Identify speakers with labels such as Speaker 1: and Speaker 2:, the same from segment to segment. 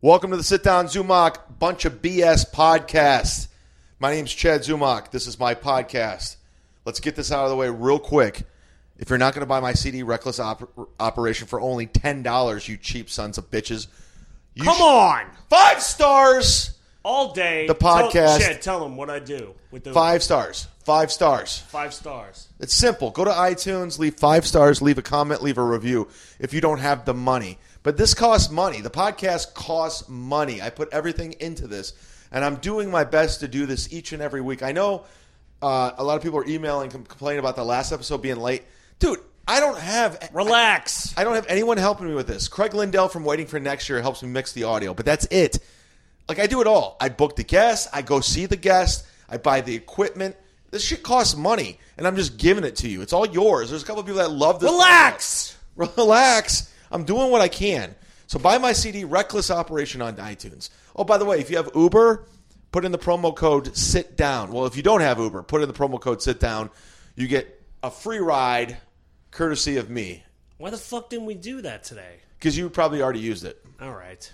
Speaker 1: Welcome to the Sit Down Zumach Bunch of BS podcast. My name's Chad Zumach. This is my podcast. Let's get this out of the way real quick. If you're not going to buy my CD Reckless Op- Operation for only $10, you cheap sons of bitches, you
Speaker 2: Come
Speaker 1: sh-
Speaker 2: on,
Speaker 1: Five stars!
Speaker 2: all day.
Speaker 1: The
Speaker 2: Tell-
Speaker 1: podcast.
Speaker 2: Chad, tell them what I do with the five,
Speaker 1: Five stars. Five stars.
Speaker 2: stars.
Speaker 1: It's simple. Go to iTunes, leave five stars, leave a comment, leave a review if you don't have the money. But this costs money. The podcast costs money. I put everything into this, and I'm doing my best to do this each and every week. I know uh, a lot of people are emailing com- complaining about the last episode being late. Dude, I don't have
Speaker 2: Relax.
Speaker 1: I don't have anyone helping me with this. Craig Lindell from Waiting for Next Year helps me mix the audio, but that's it. Like I do it all. I book the guest, I go see the guest, I buy the equipment. This shit costs money, and I'm just giving it to you. It's all yours. There's a couple of people that love this.
Speaker 2: Relax.
Speaker 1: Relax. I'm doing what I can. So buy my CD, Reckless Operation, on iTunes. Oh, by the way, if you have Uber, put in the promo code sit down. Well, if you don't have Uber, put in the promo code sit down. You get a free ride courtesy of me
Speaker 2: Why the fuck didn't we do that today?
Speaker 1: because you probably already used it.
Speaker 2: All right.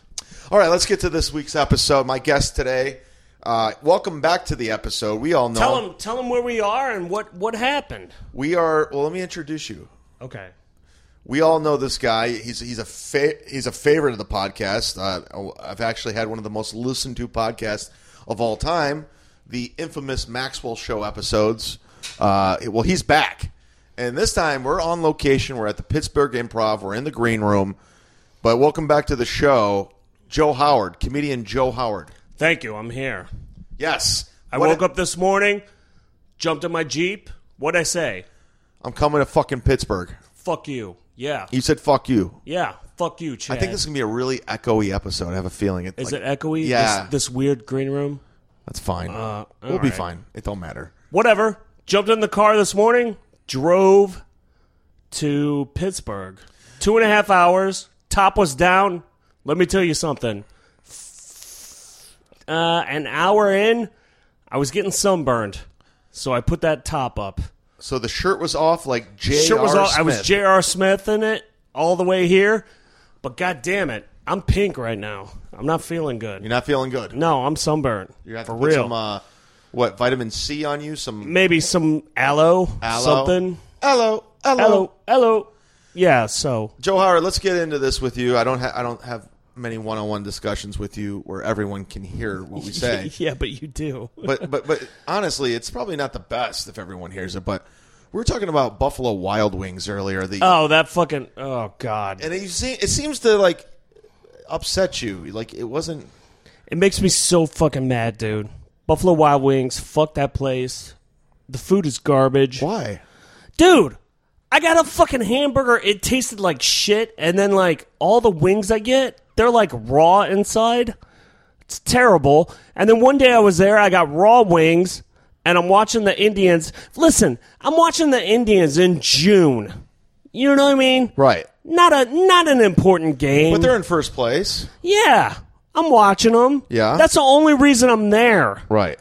Speaker 1: All right, let's get to this week's episode. My guest today, uh, welcome back to the episode. We all know
Speaker 2: Tell them. Tell them where we are and what what happened.
Speaker 1: we are. Well, let me introduce you.
Speaker 2: Okay.
Speaker 1: We all know this guy. He's he's a fa- he's a favorite of the podcast. Uh, I've actually had one of the most listened to podcasts of all time, the infamous Maxwell Show episodes. Uh, well, he's back, and this time we're on location. We're at the Pittsburgh Improv. We're in the green room. But welcome back to the show, Joe Howard, comedian Joe Howard.
Speaker 2: Thank you. I'm here.
Speaker 1: Yes,
Speaker 2: I
Speaker 1: What a-
Speaker 2: woke up this morning, jumped in my jeep. What'd I say?
Speaker 1: I'm coming to fucking Pittsburgh.
Speaker 2: Fuck you. Yeah.
Speaker 1: You said fuck you.
Speaker 2: Yeah. Fuck you, Chad.
Speaker 1: I think this is gonna be a really echoey episode. I have a feeling it.
Speaker 2: is
Speaker 1: like,
Speaker 2: it echoey.
Speaker 1: Yeah.
Speaker 2: This, this weird green room.
Speaker 1: That's fine.
Speaker 2: Uh,
Speaker 1: we'll be
Speaker 2: right.
Speaker 1: fine. It don't matter.
Speaker 2: Whatever. Jumped in the car this morning. Drove to Pittsburgh. Two and a half hours. Top was down. Let me tell you something. Uh, an hour in, I was getting sunburned, so I put that top up.
Speaker 1: So the shirt was off, like J.
Speaker 2: Sure was all,
Speaker 1: Smith.
Speaker 2: I was J.R. Smith in it all the way here, but god damn it, I'm pink right now. I'm not feeling good.
Speaker 1: You're not feeling good.
Speaker 2: No, I'm sunburned.
Speaker 1: You're gonna have
Speaker 2: for
Speaker 1: to put
Speaker 2: real. Mm.
Speaker 1: some uh, what vitamin C on you. Some
Speaker 2: Maybe some aloe,
Speaker 1: aloe.
Speaker 2: something.
Speaker 1: Aloe. Aloe.
Speaker 2: Hello, hello. Yeah, so
Speaker 1: Joe Howard, let's get into this with you. I don't. Ha- I don't have many one-on-one discussions with you where everyone can hear what we say.
Speaker 2: yeah, but you do.
Speaker 1: but but but honestly, it's probably not the best if everyone hears it. But we were talking about Buffalo Wild Wings earlier. The
Speaker 2: Oh, that fucking oh god.
Speaker 1: and it, se- it seems to like upset you. Like it wasn't.
Speaker 2: It makes me so fucking mad, dude. Buffalo Wild Wings, fuck that place. The food is garbage.
Speaker 1: Why?
Speaker 2: Dude, I got a fucking hamburger. It tasted like shit and then like all the wings I get, they're like raw inside. It's terrible. And then one day I was there, I got raw wings and I'm watching the Indians. Listen, I'm watching the Indians in June. You know what I mean?
Speaker 1: Right.
Speaker 2: not a not an important game.
Speaker 1: But they're in first place.
Speaker 2: yeah, I'm watching them.
Speaker 1: Yeah?
Speaker 2: that's the only reason I'm there.
Speaker 1: Right.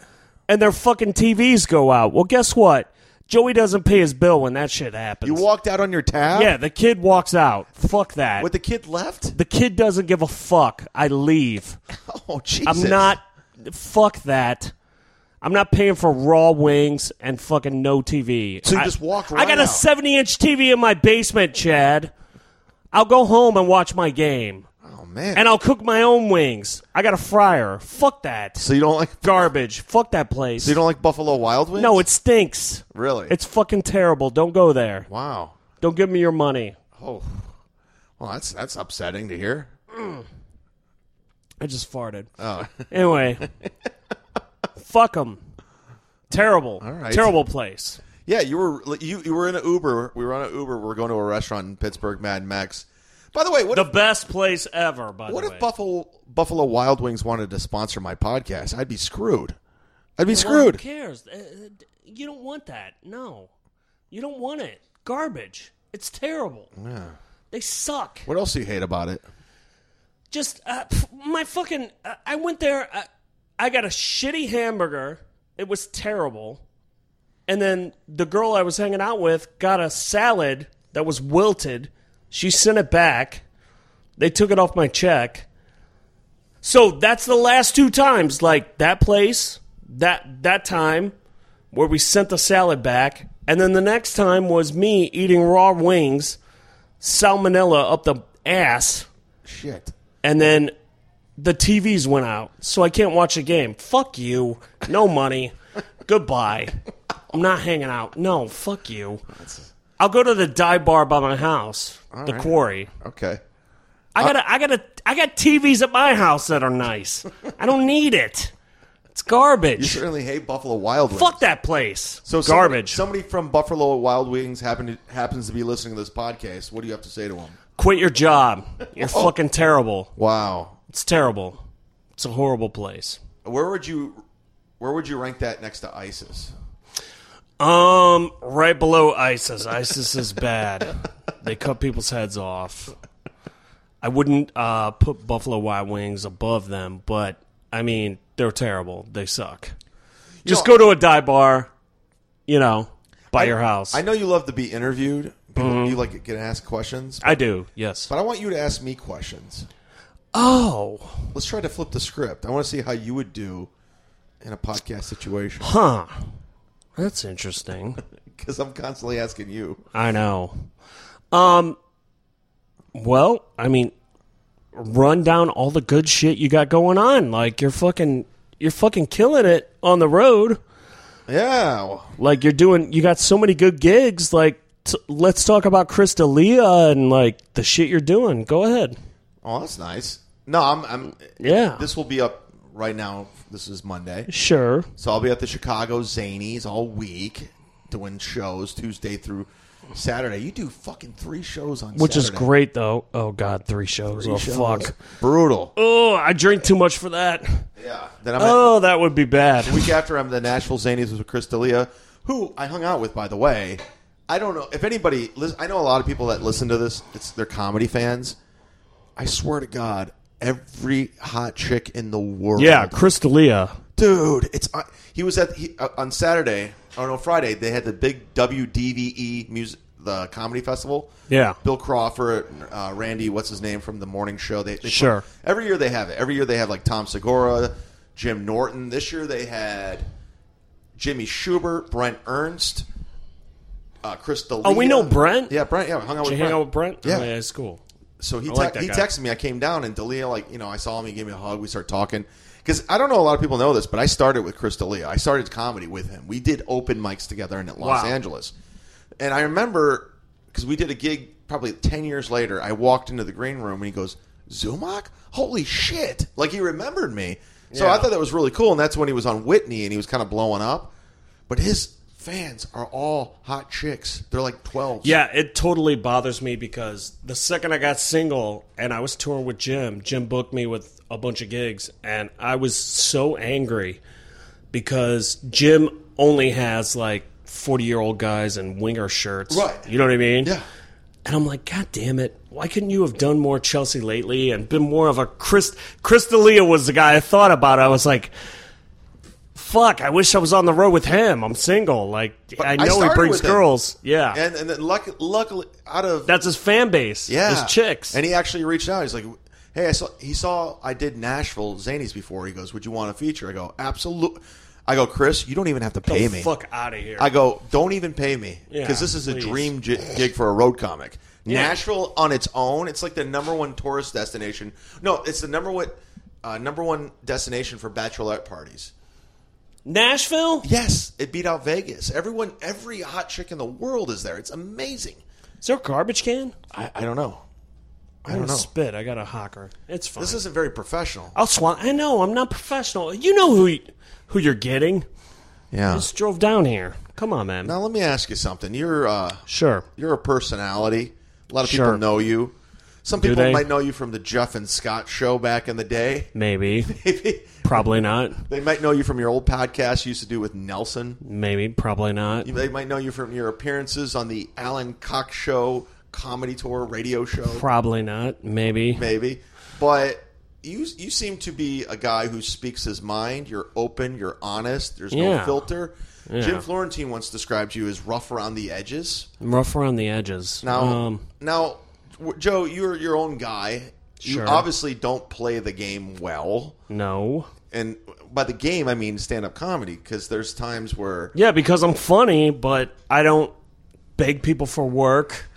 Speaker 2: And their fucking TVs go out. Well, guess what? Joey doesn't pay his bill when that shit happens.
Speaker 1: You walked out on your tab.
Speaker 2: yeah, the kid walks out. Fuck that.
Speaker 1: But the kid left.
Speaker 2: the kid doesn't give a fuck. I leave.
Speaker 1: Oh Jesus!
Speaker 2: I'm not. Fuck that. I'm not paying for raw wings and fucking no TV.
Speaker 1: So you
Speaker 2: I-
Speaker 1: just walk
Speaker 2: I got
Speaker 1: right out.
Speaker 2: a 70 inch TV in my basement, Chad. I'll go home and watch my game.
Speaker 1: Oh man.
Speaker 2: and I'll cook my own wings. I got a fryer. Fuck that.
Speaker 1: so you don't like.
Speaker 2: Garbage. Fuck that place.
Speaker 1: So you don't like Buffalo Wild Wings?
Speaker 2: no, it stinks.
Speaker 1: really.
Speaker 2: It's fucking terrible. Don't go there.
Speaker 1: wow.
Speaker 2: Don't give me your money.
Speaker 1: Oh. Well, that's that's upsetting to hear.
Speaker 2: I just farted.
Speaker 1: Oh.
Speaker 2: Anyway, fuck them. Terrible.
Speaker 1: right.
Speaker 2: Terrible place.
Speaker 1: Yeah, you were you you were in an Uber. We were on an Uber. We were going to a restaurant in Pittsburgh, Mad Max. By the way, what
Speaker 2: The best place ever, by
Speaker 1: What
Speaker 2: the
Speaker 1: if
Speaker 2: way.
Speaker 1: Buffalo Buffalo Wild Wings wanted to sponsor my podcast? I'd be screwed. I'd be
Speaker 2: Well, Who
Speaker 1: screwed.
Speaker 2: cares? Uh, uh, You don't want that. No. You don't want it. Garbage. It's terrible. They suck.
Speaker 1: What else do you hate about it?
Speaker 2: just uh, pff, my fucking uh, i went there I, I got a shitty hamburger it was terrible and then the girl i was hanging out with got a salad that was wilted she sent it back they took it off my check So that's the last two times, like that place, that that time where we sent the salad back, and then the next time was me eating raw wings, salmonella up the ass,
Speaker 1: Shit.
Speaker 2: and then the TVs went out, so I can't watch a game. Fuck you. No money. Goodbye. I'm not hanging out. No, fuck you. I'll go to the dive bar by my house, the
Speaker 1: right. Uh,
Speaker 2: quarry.
Speaker 1: Okay.
Speaker 2: I got a, I got a, I got TVs at my house that are nice. I don't need it. It's
Speaker 1: You
Speaker 2: garbage.
Speaker 1: certainly hate Buffalo Wild Wings.
Speaker 2: Fuck that place.
Speaker 1: So somebody-
Speaker 2: garbage.
Speaker 1: Somebody, from Buffalo Wild Wings happen to, happens to be listening to this podcast. What do you have to say to them?
Speaker 2: Quit your job. You're
Speaker 1: Oh.
Speaker 2: fucking terrible.
Speaker 1: Wow.
Speaker 2: It's terrible. It's a horrible place.
Speaker 1: Where would you where would you rank that next to ISIS?
Speaker 2: Um, right below ISIS. ISIS is bad. They cut people's heads off. I wouldn't uh, put Buffalo Wild Wings above them, but I mean they're terrible. They suck. Just
Speaker 1: know,
Speaker 2: go to a dive bar, you know, by your house. Mm-hmm.
Speaker 1: I know you love to be interviewed. People, You like get asked questions,
Speaker 2: I do, yes.
Speaker 1: but I want you to ask me questions.
Speaker 2: Oh,
Speaker 1: Let's try to flip the script. I want to see how you would do in a podcast situation
Speaker 2: huh. That's interesting.
Speaker 1: because I'm constantly asking you.
Speaker 2: I know. Um, well, I mean, run down all the good shit you got going on. Like you're fucking, you're fucking killing it on the road.
Speaker 1: Yeah. well,
Speaker 2: Like you're doing, you got so many good gigs. Like t- let's talk about Crystalia and like the shit you're doing. Go ahead.
Speaker 1: Oh, that's nice. No, I'm. I'm
Speaker 2: Yeah,
Speaker 1: this will be up right now. This is Monday.
Speaker 2: sure.
Speaker 1: So I'll be at the Chicago Zanies all week doing shows Tuesday through Saturday. You do fucking three shows on
Speaker 2: Which is
Speaker 1: Saturday.
Speaker 2: great though. Oh god, three shows. oh
Speaker 1: Shows.
Speaker 2: fuck.
Speaker 1: brutal.
Speaker 2: Oh, I drink too much for that.
Speaker 1: Yeah. Then I'm at,
Speaker 2: Oh, that would be bad.
Speaker 1: week after I'm at the Nashville Zanies with Chris D'Elia, who I hung out with by the way. I don't know if anybody. lis- I know a lot of people that listen to this. It's they're comedy fans. I swear to God, every hot chick in the world.
Speaker 2: Yeah, Crystalia.
Speaker 1: dude it's uh, he was at he, uh, on saturday or no friday they had the big wdve E music the comedy festival
Speaker 2: Yeah.
Speaker 1: bill crawford uh, randy what's his name from the morning show they, they
Speaker 2: Sure.
Speaker 1: every year they have it every year they have like tom segura jim norton this year they had jimmy schubert brent ernst uh, Chris D'Elia.
Speaker 2: Oh, we know Brent?
Speaker 1: Yeah, Brent. Yeah, I hung out
Speaker 2: Did
Speaker 1: with
Speaker 2: you hang
Speaker 1: Brent.
Speaker 2: out with Brent?
Speaker 1: Yeah.
Speaker 2: Oh, yeah, it's cool.
Speaker 1: So he
Speaker 2: I like
Speaker 1: te-
Speaker 2: that
Speaker 1: he
Speaker 2: guy.
Speaker 1: texted me. I came down and Dalia like you know I saw him. He gave me a hug. We started talking because I don't know a lot of people know this, but I started with Chris D'Elia. I started comedy with him. We did open mics together in Los
Speaker 2: Wow.
Speaker 1: Angeles, and I remember because we did a gig probably ten years later. I walked into the green room and he goes Zumach, holy shit! Like he remembered me. So I
Speaker 2: Yeah.
Speaker 1: thought that was really cool, and that's when he was on Whitney and he was kind of blowing up. But his fans are all hot chicks. They're like twelve.
Speaker 2: Yeah, it totally bothers me because the second I got single and I was touring with Jim, Jim booked me with a bunch of gigs, and I was so angry because Jim only has like 40 year old guys in winger shirts.
Speaker 1: Right.
Speaker 2: You know what I mean?
Speaker 1: yeah.
Speaker 2: And I'm like, God damn it. Why couldn't you have done more Chelsea lately and been more of a Chris? Chris D'Elia was the guy I thought about. I was like, fuck, I wish I was on the road with him. I'm single. Like, I know he
Speaker 1: started
Speaker 2: brings
Speaker 1: with him.
Speaker 2: girls. Yeah.
Speaker 1: And and then luck, luckily out of
Speaker 2: That's his fan base.
Speaker 1: Yeah,
Speaker 2: His chicks.
Speaker 1: And he actually reached out. He's like, "Hey, I saw he saw I did Nashville Zanies before." He goes, "Would you want a feature?" I go, "Absolutely." I go, "Chris, you don't even have to pay
Speaker 2: the
Speaker 1: me."
Speaker 2: fuck out of here.
Speaker 1: I go, "Don't even pay me because
Speaker 2: Yeah,
Speaker 1: this is a
Speaker 2: please.
Speaker 1: dream gi- gig for a road comic." Nashville on its own, it's like the number one tourist destination. No, it's the number one uh, number one destination for bachelorette parties.
Speaker 2: Nashville?
Speaker 1: Yes, it beat out Vegas. Everyone, every hot chick in the world is there. It's amazing.
Speaker 2: Is there a garbage can?
Speaker 1: I, I don't know. I
Speaker 2: I'm
Speaker 1: don't
Speaker 2: gonna
Speaker 1: know.
Speaker 2: spit. I got a hawker. It's fine.
Speaker 1: This isn't very professional.
Speaker 2: I'll swallow. I know. I'm not professional. You know who y- who you're getting.
Speaker 1: Yeah.
Speaker 2: Just drove down here. Come on, man.
Speaker 1: Now let me ask you something. You're uh,
Speaker 2: Sure.
Speaker 1: you're a personality. A lot of
Speaker 2: Sure.
Speaker 1: people know you. Some people
Speaker 2: they?
Speaker 1: might know you from the Jeff and Scott show back in the day.
Speaker 2: Maybe.
Speaker 1: they
Speaker 2: Probably not.
Speaker 1: might know you from your old podcast you used to do with Nelson.
Speaker 2: Maybe. Probably not.
Speaker 1: They might know you from your appearances on the Alan Cox show, comedy tour, radio show,
Speaker 2: Probably not. Maybe.
Speaker 1: maybe. But you you seem to be a guy who speaks his mind. You're open. You're honest. There's no
Speaker 2: Yeah.
Speaker 1: filter. Jim Florentine once described you as rough around the edges.
Speaker 2: I'm rough around the edges.
Speaker 1: Now,
Speaker 2: Um,
Speaker 1: now, w- Joe, you're your own guy. You
Speaker 2: Sure.
Speaker 1: obviously don't play the game well.
Speaker 2: No.
Speaker 1: And by the game, I mean stand up comedy because there's times where
Speaker 2: Yeah, because I'm funny, but I don't beg people for work.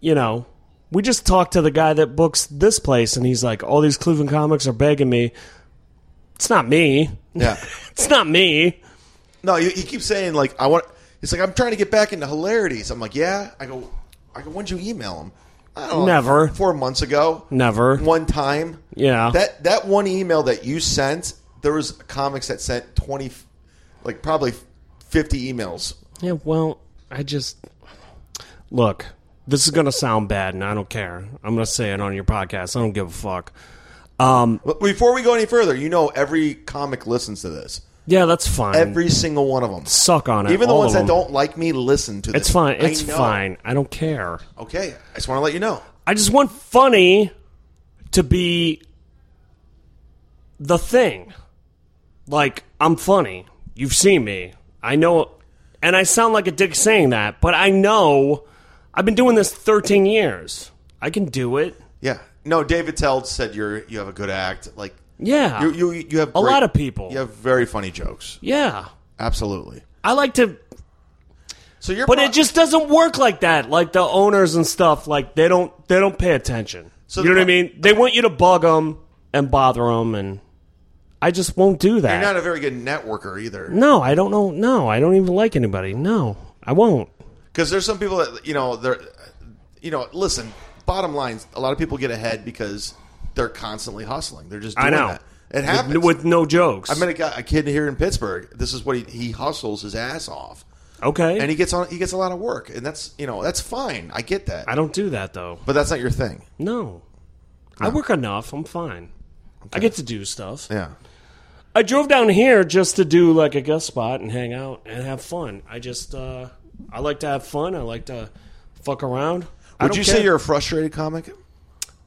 Speaker 2: You know, we just talked to the guy that books this place, and he's like, all these Cleveland comics are begging me. It's not me.
Speaker 1: yeah.
Speaker 2: It's not me.
Speaker 1: No, he, he keeps saying like I want. He's like I'm trying to get back into hilarities. I'm like, yeah. I go, I go. When'd you email him? I don't know,
Speaker 2: Never.
Speaker 1: Four months ago.
Speaker 2: Never.
Speaker 1: One time.
Speaker 2: Yeah.
Speaker 1: That that one email that you sent, there was comics that sent twenty, like probably fifty emails.
Speaker 2: Yeah, well, I just look. This is gonna sound bad, and I don't care. I'm gonna say it on your podcast. I don't give a fuck. Um,
Speaker 1: But before we go any further, you know every comic listens to this.
Speaker 2: yeah, that's fine.
Speaker 1: Every single one of them.
Speaker 2: Suck on it.
Speaker 1: Even the
Speaker 2: Mm. all
Speaker 1: ones
Speaker 2: of
Speaker 1: that
Speaker 2: them.
Speaker 1: don't like me listen to this.
Speaker 2: It's fine.
Speaker 1: I
Speaker 2: It's
Speaker 1: know.
Speaker 2: fine. I don't care.
Speaker 1: Okay, I just want to let you know.
Speaker 2: I just want funny to be the thing. Like I'm funny. You've seen me. I know, and I sound like a dick saying that, but I know. I've been doing this 13 years. I can do it.
Speaker 1: Yeah. No, David Teld said you're you have a good act. Like
Speaker 2: Yeah.
Speaker 1: you you you have
Speaker 2: a lot of people.
Speaker 1: You have very funny jokes.
Speaker 2: Yeah.
Speaker 1: Absolutely.
Speaker 2: I like to
Speaker 1: So you're
Speaker 2: but it just doesn't work like that. Like the owners and stuff like they don't they don't pay attention.
Speaker 1: So
Speaker 2: you know
Speaker 1: the-
Speaker 2: what I mean? They want you to bug them and bother them and I just won't do that.
Speaker 1: you're not a very good networker either.
Speaker 2: no, I don't know. No, I don't even like anybody. No, I won't.
Speaker 1: Because there's some people that you know they're you know listen. Bottom line, a lot of people get ahead because they're constantly hustling. They're just doing
Speaker 2: I know.
Speaker 1: that. It happens.
Speaker 2: With, with no jokes.
Speaker 1: I met a, guy, a kid here in Pittsburgh. This is what he, he hustles his ass off,
Speaker 2: okay.
Speaker 1: and he gets on. He gets a lot of work, and that's you know that's fine. I get that,
Speaker 2: I don't do that though.
Speaker 1: but that's not your thing.
Speaker 2: No. I work enough. I'm fine. I get to do stuff.
Speaker 1: Yeah,
Speaker 2: I drove down here just to do like a guest spot and hang out and have fun. I just uh I like to have fun. I like to fuck around. I
Speaker 1: would
Speaker 2: don't
Speaker 1: you
Speaker 2: care.
Speaker 1: say you're a frustrated comic?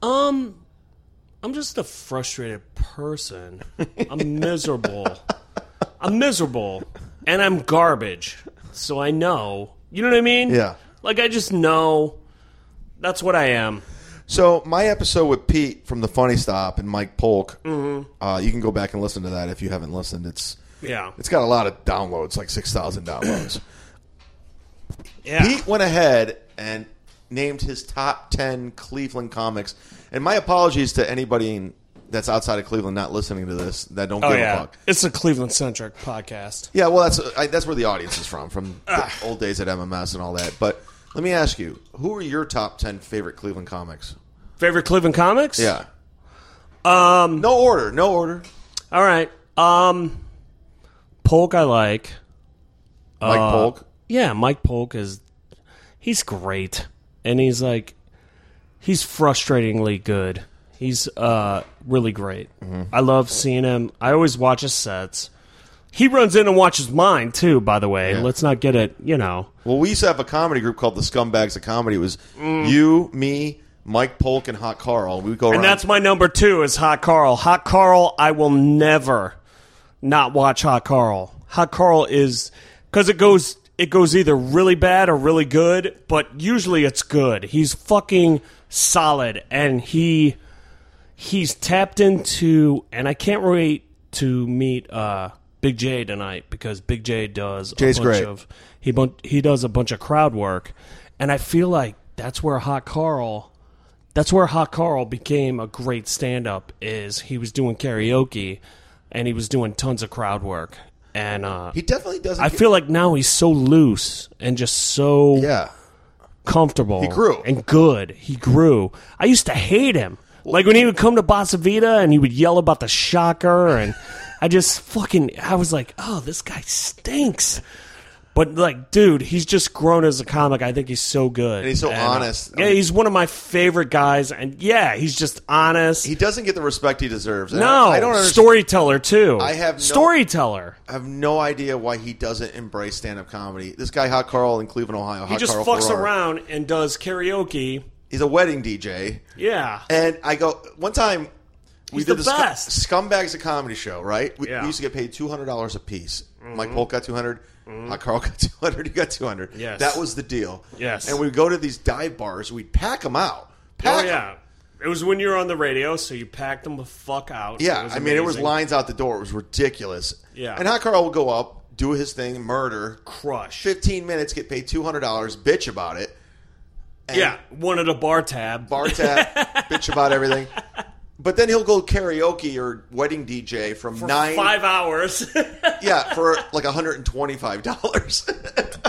Speaker 2: um I'm just a frustrated person. I'm miserable. I'm miserable and I'm garbage. So I know. You know what I mean?
Speaker 1: Yeah.
Speaker 2: Like I just know that's what I am.
Speaker 1: So my episode with Pete from the Funny Stop and Mike Polk, uh, you can go back and listen to that if you haven't listened. It's
Speaker 2: Yeah.
Speaker 1: it's got a lot of downloads, like six thousand downloads.
Speaker 2: Yeah.
Speaker 1: Pete went ahead and named his top ten Cleveland comics. And my apologies to anybody in- that's outside of Cleveland not listening to this that don't
Speaker 2: oh
Speaker 1: give a
Speaker 2: yeah.
Speaker 1: fuck.
Speaker 2: It's a Cleveland centric podcast.
Speaker 1: Yeah, well, that's I, that's where the audience is from, from the old days at MMS and all that. But let me ask you, who are your top ten favorite Cleveland comics?
Speaker 2: Favorite Cleveland comics?
Speaker 1: Yeah. Um. No order. No order.
Speaker 2: All right. Um Polk I like.
Speaker 1: Mike
Speaker 2: uh,
Speaker 1: Polk.
Speaker 2: Yeah, Mike Polk is he's great. And he's like he's frustratingly good. He's uh really great. I love seeing him. I always watch his sets. He runs in and watches mine too, by the way. Let's not get it, you know.
Speaker 1: Well, we used to have a comedy group called the Scumbags of Comedy. It was you, me, Mike Polk, and Hot Carl. We would go around.
Speaker 2: Mm. And that's my number 2 is Hot Carl. Hot Carl, I will never not watch Hot Carl. Hot Carl is cuz it goes it goes either really bad or really good, but usually it's good. He's fucking solid and he he's tapped into and I can't wait to meet uh Big J tonight because Big J does
Speaker 1: Jay's
Speaker 2: a bunch
Speaker 1: great.
Speaker 2: of he bun- he does a bunch of crowd work and I feel like that's where Hot Carl that's where Hot Carl became a great stand up is he was doing karaoke and he was doing tons of crowd work and uh
Speaker 1: he definitely doesn't.
Speaker 2: I
Speaker 1: get-
Speaker 2: feel like now he's so loose and just so
Speaker 1: yeah.
Speaker 2: comfortable. He
Speaker 1: grew.
Speaker 2: and good. He grew. I used to hate him. Like when he would come to Bossa Vita and he would yell about the shocker, and I just fucking I was like, oh, this guy stinks. But like, dude, he's just grown as a comic. I think he's so good. And
Speaker 1: he's so
Speaker 2: uh,
Speaker 1: honest.
Speaker 2: yeah, he's one of my favorite guys, and yeah, he's just honest.
Speaker 1: He doesn't get the respect he deserves. And
Speaker 2: no,
Speaker 1: I, I don't understand.
Speaker 2: storyteller too.
Speaker 1: I have no-
Speaker 2: storyteller.
Speaker 1: I have no idea why he doesn't embrace stand-up comedy. This guy, Hot Carl, in Cleveland, Ohio.
Speaker 2: He just fucks around and does karaoke.
Speaker 1: He's a wedding DJ.
Speaker 2: Yeah,
Speaker 1: And I go one time. We
Speaker 2: He's
Speaker 1: did
Speaker 2: the
Speaker 1: this scu-
Speaker 2: best.
Speaker 1: scumbags a comedy show, right? We, we
Speaker 2: Yeah. Mm-hmm.
Speaker 1: used to get paid two hundred dollars a piece. Mike Polk got two hundred. Hot Carl got two hundred. You got two hundred.
Speaker 2: Yes.
Speaker 1: that was the deal.
Speaker 2: Yes.
Speaker 1: and we'd go to these dive bars. We'd pack them out. Pack
Speaker 2: oh yeah, It was when you were on the radio, so you packed them the fuck out.
Speaker 1: Yeah, I mean, it was
Speaker 2: amazing.
Speaker 1: lines out the door. It was ridiculous.
Speaker 2: Yeah.
Speaker 1: And Hot Carl would go up, do his thing, murder,
Speaker 2: crush.
Speaker 1: 15 minutes, get paid $200, bitch about it. And
Speaker 2: Yeah, wanted a bar tab.
Speaker 1: Bar tab, bitch about everything. But then he'll go karaoke or wedding DJ from
Speaker 2: for
Speaker 1: nine.
Speaker 2: five hours.
Speaker 1: Yeah, for like $125.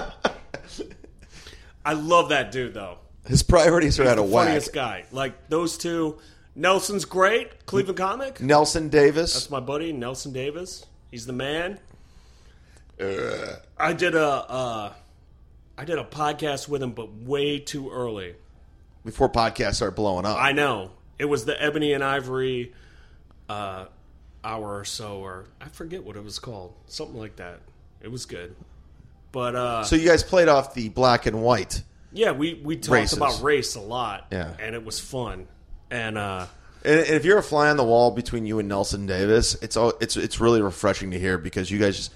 Speaker 2: I love that dude though.
Speaker 1: his priorities are out of whack.
Speaker 2: Funniest guy. Like those two. Nelson's great. Cleveland comic.
Speaker 1: Nelson Davis.
Speaker 2: That's my buddy Nelson Davis. He's the man. I did a uh, I did a podcast with him, but way too early.
Speaker 1: Before podcasts start blowing up.
Speaker 2: I know it was the Ebony and Ivory uh, hour or so, or I forget what it was called, something like that. It was good, but uh,
Speaker 1: so you guys played off the black and white.
Speaker 2: yeah, we we talked
Speaker 1: Races.
Speaker 2: about race a lot,
Speaker 1: Yeah.
Speaker 2: and it was fun, and uh,
Speaker 1: And and if you're a fly on the wall between you and Nelson Davis, it's all it's it's really refreshing to hear because you guys just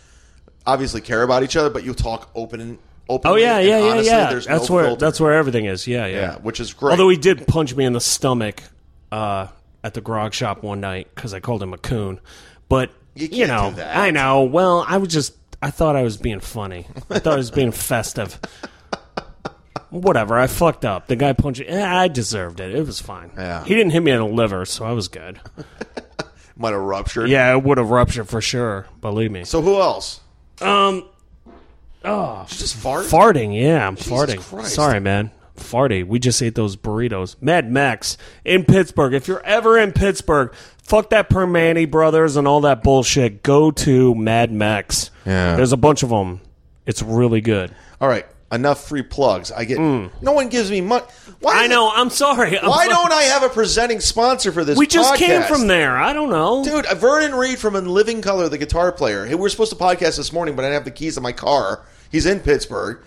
Speaker 1: obviously care about each other, but you talk open and open.
Speaker 2: Oh,
Speaker 1: and honestly, There's
Speaker 2: That's
Speaker 1: no
Speaker 2: where
Speaker 1: filter.
Speaker 2: that's where everything is. Yeah, yeah.
Speaker 1: yeah, which is great.
Speaker 2: Although he did punch me in the stomach uh, at the grog shop one night because I called him a coon, but
Speaker 1: You can't
Speaker 2: know,
Speaker 1: do that.
Speaker 2: I know. Well, I was just I thought I was being funny. I thought I was being festive. Whatever, I fucked up. The guy punched. eh, I deserved it. It was fine.
Speaker 1: Yeah.
Speaker 2: He didn't hit me in the liver, so I was good.
Speaker 1: might have ruptured.
Speaker 2: Yeah, it would have ruptured for sure. Believe me.
Speaker 1: So who else?
Speaker 2: Um,
Speaker 1: Did you Just fart.
Speaker 2: Farting, yeah, I'm farting.
Speaker 1: Christ.
Speaker 2: Sorry, man. Farty. We just ate those burritos. Mad Max in Pittsburgh. If you're ever in Pittsburgh, fuck that Permani Brothers and all that bullshit. Go to Mad Max.
Speaker 1: Yeah.
Speaker 2: There's a bunch of them. It's really good.
Speaker 1: All right, enough free plugs. I get no one gives me money. Why?
Speaker 2: Mm. I know. I'm sorry. I'm
Speaker 1: Why
Speaker 2: fu-
Speaker 1: don't I have a presenting sponsor for this?
Speaker 2: we just came
Speaker 1: podcast?
Speaker 2: from there? I don't know.
Speaker 1: Dude, uh, Vernon Reed from In Living Color, the guitar player. Hey, we were supposed to podcast this morning, but I didn't have the keys to my car. He's in Pittsburgh.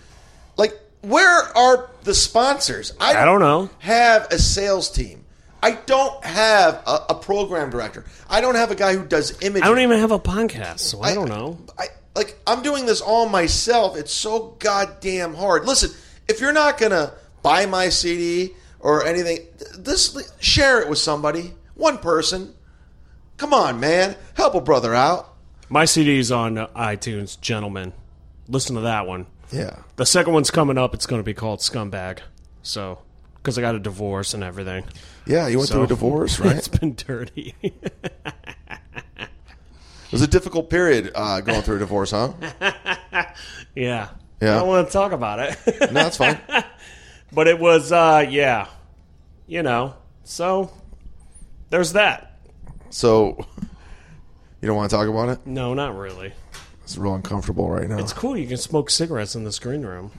Speaker 1: Like, where are the sponsors?
Speaker 2: I don't know.
Speaker 1: Have a sales team. I don't have a, a program director. I don't have a guy who does imaging.
Speaker 2: I don't even have a podcast, so I, don't know.
Speaker 1: I like I'm doing this all myself. It's so goddamn hard. Listen, if you're not gonna buy my CD or anything, th- this share it with somebody, one person. Come on, man, help a brother out.
Speaker 2: My CD's on iTunes, gentlemen. Listen to that one.
Speaker 1: Yeah,
Speaker 2: The second one's coming up. It's going to be called Scumbag. So, because I got a divorce and everything.
Speaker 1: yeah. You went
Speaker 2: So-
Speaker 1: right?
Speaker 2: It's been dirty.
Speaker 1: it was a difficult period uh, going through a divorce, huh?
Speaker 2: yeah.
Speaker 1: Yeah.
Speaker 2: I don't want to talk about it.
Speaker 1: No, that's fine.
Speaker 2: but it was, uh, yeah. You know, so there's that.
Speaker 1: So you don't want to talk about it?
Speaker 2: No, not really.
Speaker 1: It's real uncomfortable right now.
Speaker 2: It's cool. You can smoke cigarettes in this green room.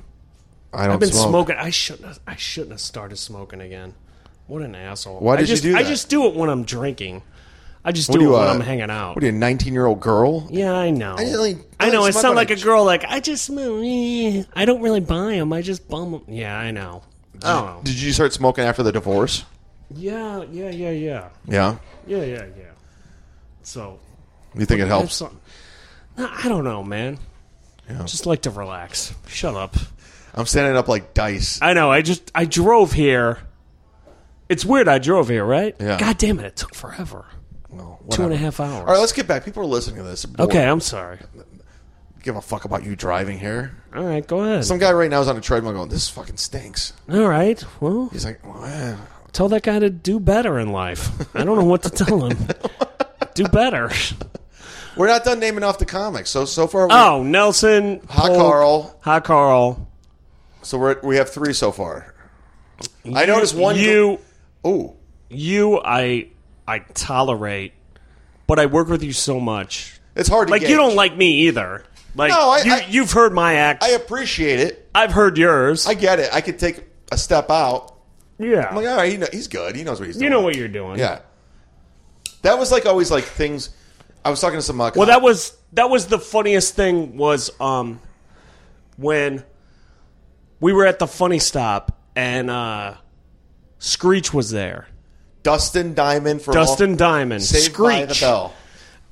Speaker 1: I don't
Speaker 2: I've been smoking. I shouldn't. Have, I shouldn't have started smoking again. What an asshole.
Speaker 1: Why
Speaker 2: I
Speaker 1: did you
Speaker 2: just-
Speaker 1: do
Speaker 2: I
Speaker 1: that?
Speaker 2: just do it when I'm drinking. I just do,
Speaker 1: do
Speaker 2: it
Speaker 1: you,
Speaker 2: when
Speaker 1: uh,
Speaker 2: I'm hanging out.
Speaker 1: What are you, a 19 year old girl?
Speaker 2: Yeah, I know. I,
Speaker 1: didn't really-
Speaker 2: know. I
Speaker 1: smoke
Speaker 2: sound
Speaker 1: on
Speaker 2: like
Speaker 1: a-
Speaker 2: a girl. Like I just, eh, I don't really buy them. I just bum them. Yeah, I know. I don't know.
Speaker 1: Uh, Did you start smoking after the divorce?
Speaker 2: Yeah, yeah, yeah, yeah,
Speaker 1: Yeah.
Speaker 2: yeah, yeah, yeah. So
Speaker 1: You think it helps?
Speaker 2: so- No, I don't know, man. Just like to relax. Shut up.
Speaker 1: I'm standing up like dice.
Speaker 2: I know. I just I drove here. It's weird. I drove here, right?
Speaker 1: Yeah.
Speaker 2: God damn it! It took forever.
Speaker 1: Well,
Speaker 2: Two and
Speaker 1: whatever.
Speaker 2: a half hours.
Speaker 1: All right, let's get back. People are listening to this. Bored.
Speaker 2: okay, I'm sorry.
Speaker 1: Give a fuck about you driving here.
Speaker 2: All right, go ahead.
Speaker 1: Some guy right now is on a treadmill going, this fucking stinks.
Speaker 2: All right. Well,
Speaker 1: He's like, well, eh.
Speaker 2: tell that guy to do better in life. I don't know what to tell him. do better.
Speaker 1: we're not done naming off the comics. So, so far, we,
Speaker 2: Oh, Nelson.
Speaker 1: Hot
Speaker 2: Polk.
Speaker 1: Carl.
Speaker 2: Hi, Carl.
Speaker 1: So we're, at- we have three so far. I noticed one.
Speaker 2: You,
Speaker 1: Oh,
Speaker 2: you, I, I tolerate, but I work with you so much.
Speaker 1: it's hard to
Speaker 2: Like you
Speaker 1: gauge.
Speaker 2: don't like me either. Like
Speaker 1: No, I-
Speaker 2: you,
Speaker 1: I-
Speaker 2: you've heard my act.
Speaker 1: I appreciate it.
Speaker 2: I, have heard yours.
Speaker 1: I get it. I could take a step out.
Speaker 2: yeah.
Speaker 1: I'm like, all right, he kno- he's good. He knows what he's doing.
Speaker 2: you know what you're doing.
Speaker 1: Yeah. That was like always like things. I was talking to some. Uh,
Speaker 2: Well, that was that was the funniest thing was um when we were at the funny stop and uh Screech was there.
Speaker 1: Dustin Diamond for
Speaker 2: Dustin Diamond,
Speaker 1: Saved by the
Speaker 2: Screech,
Speaker 1: Bell.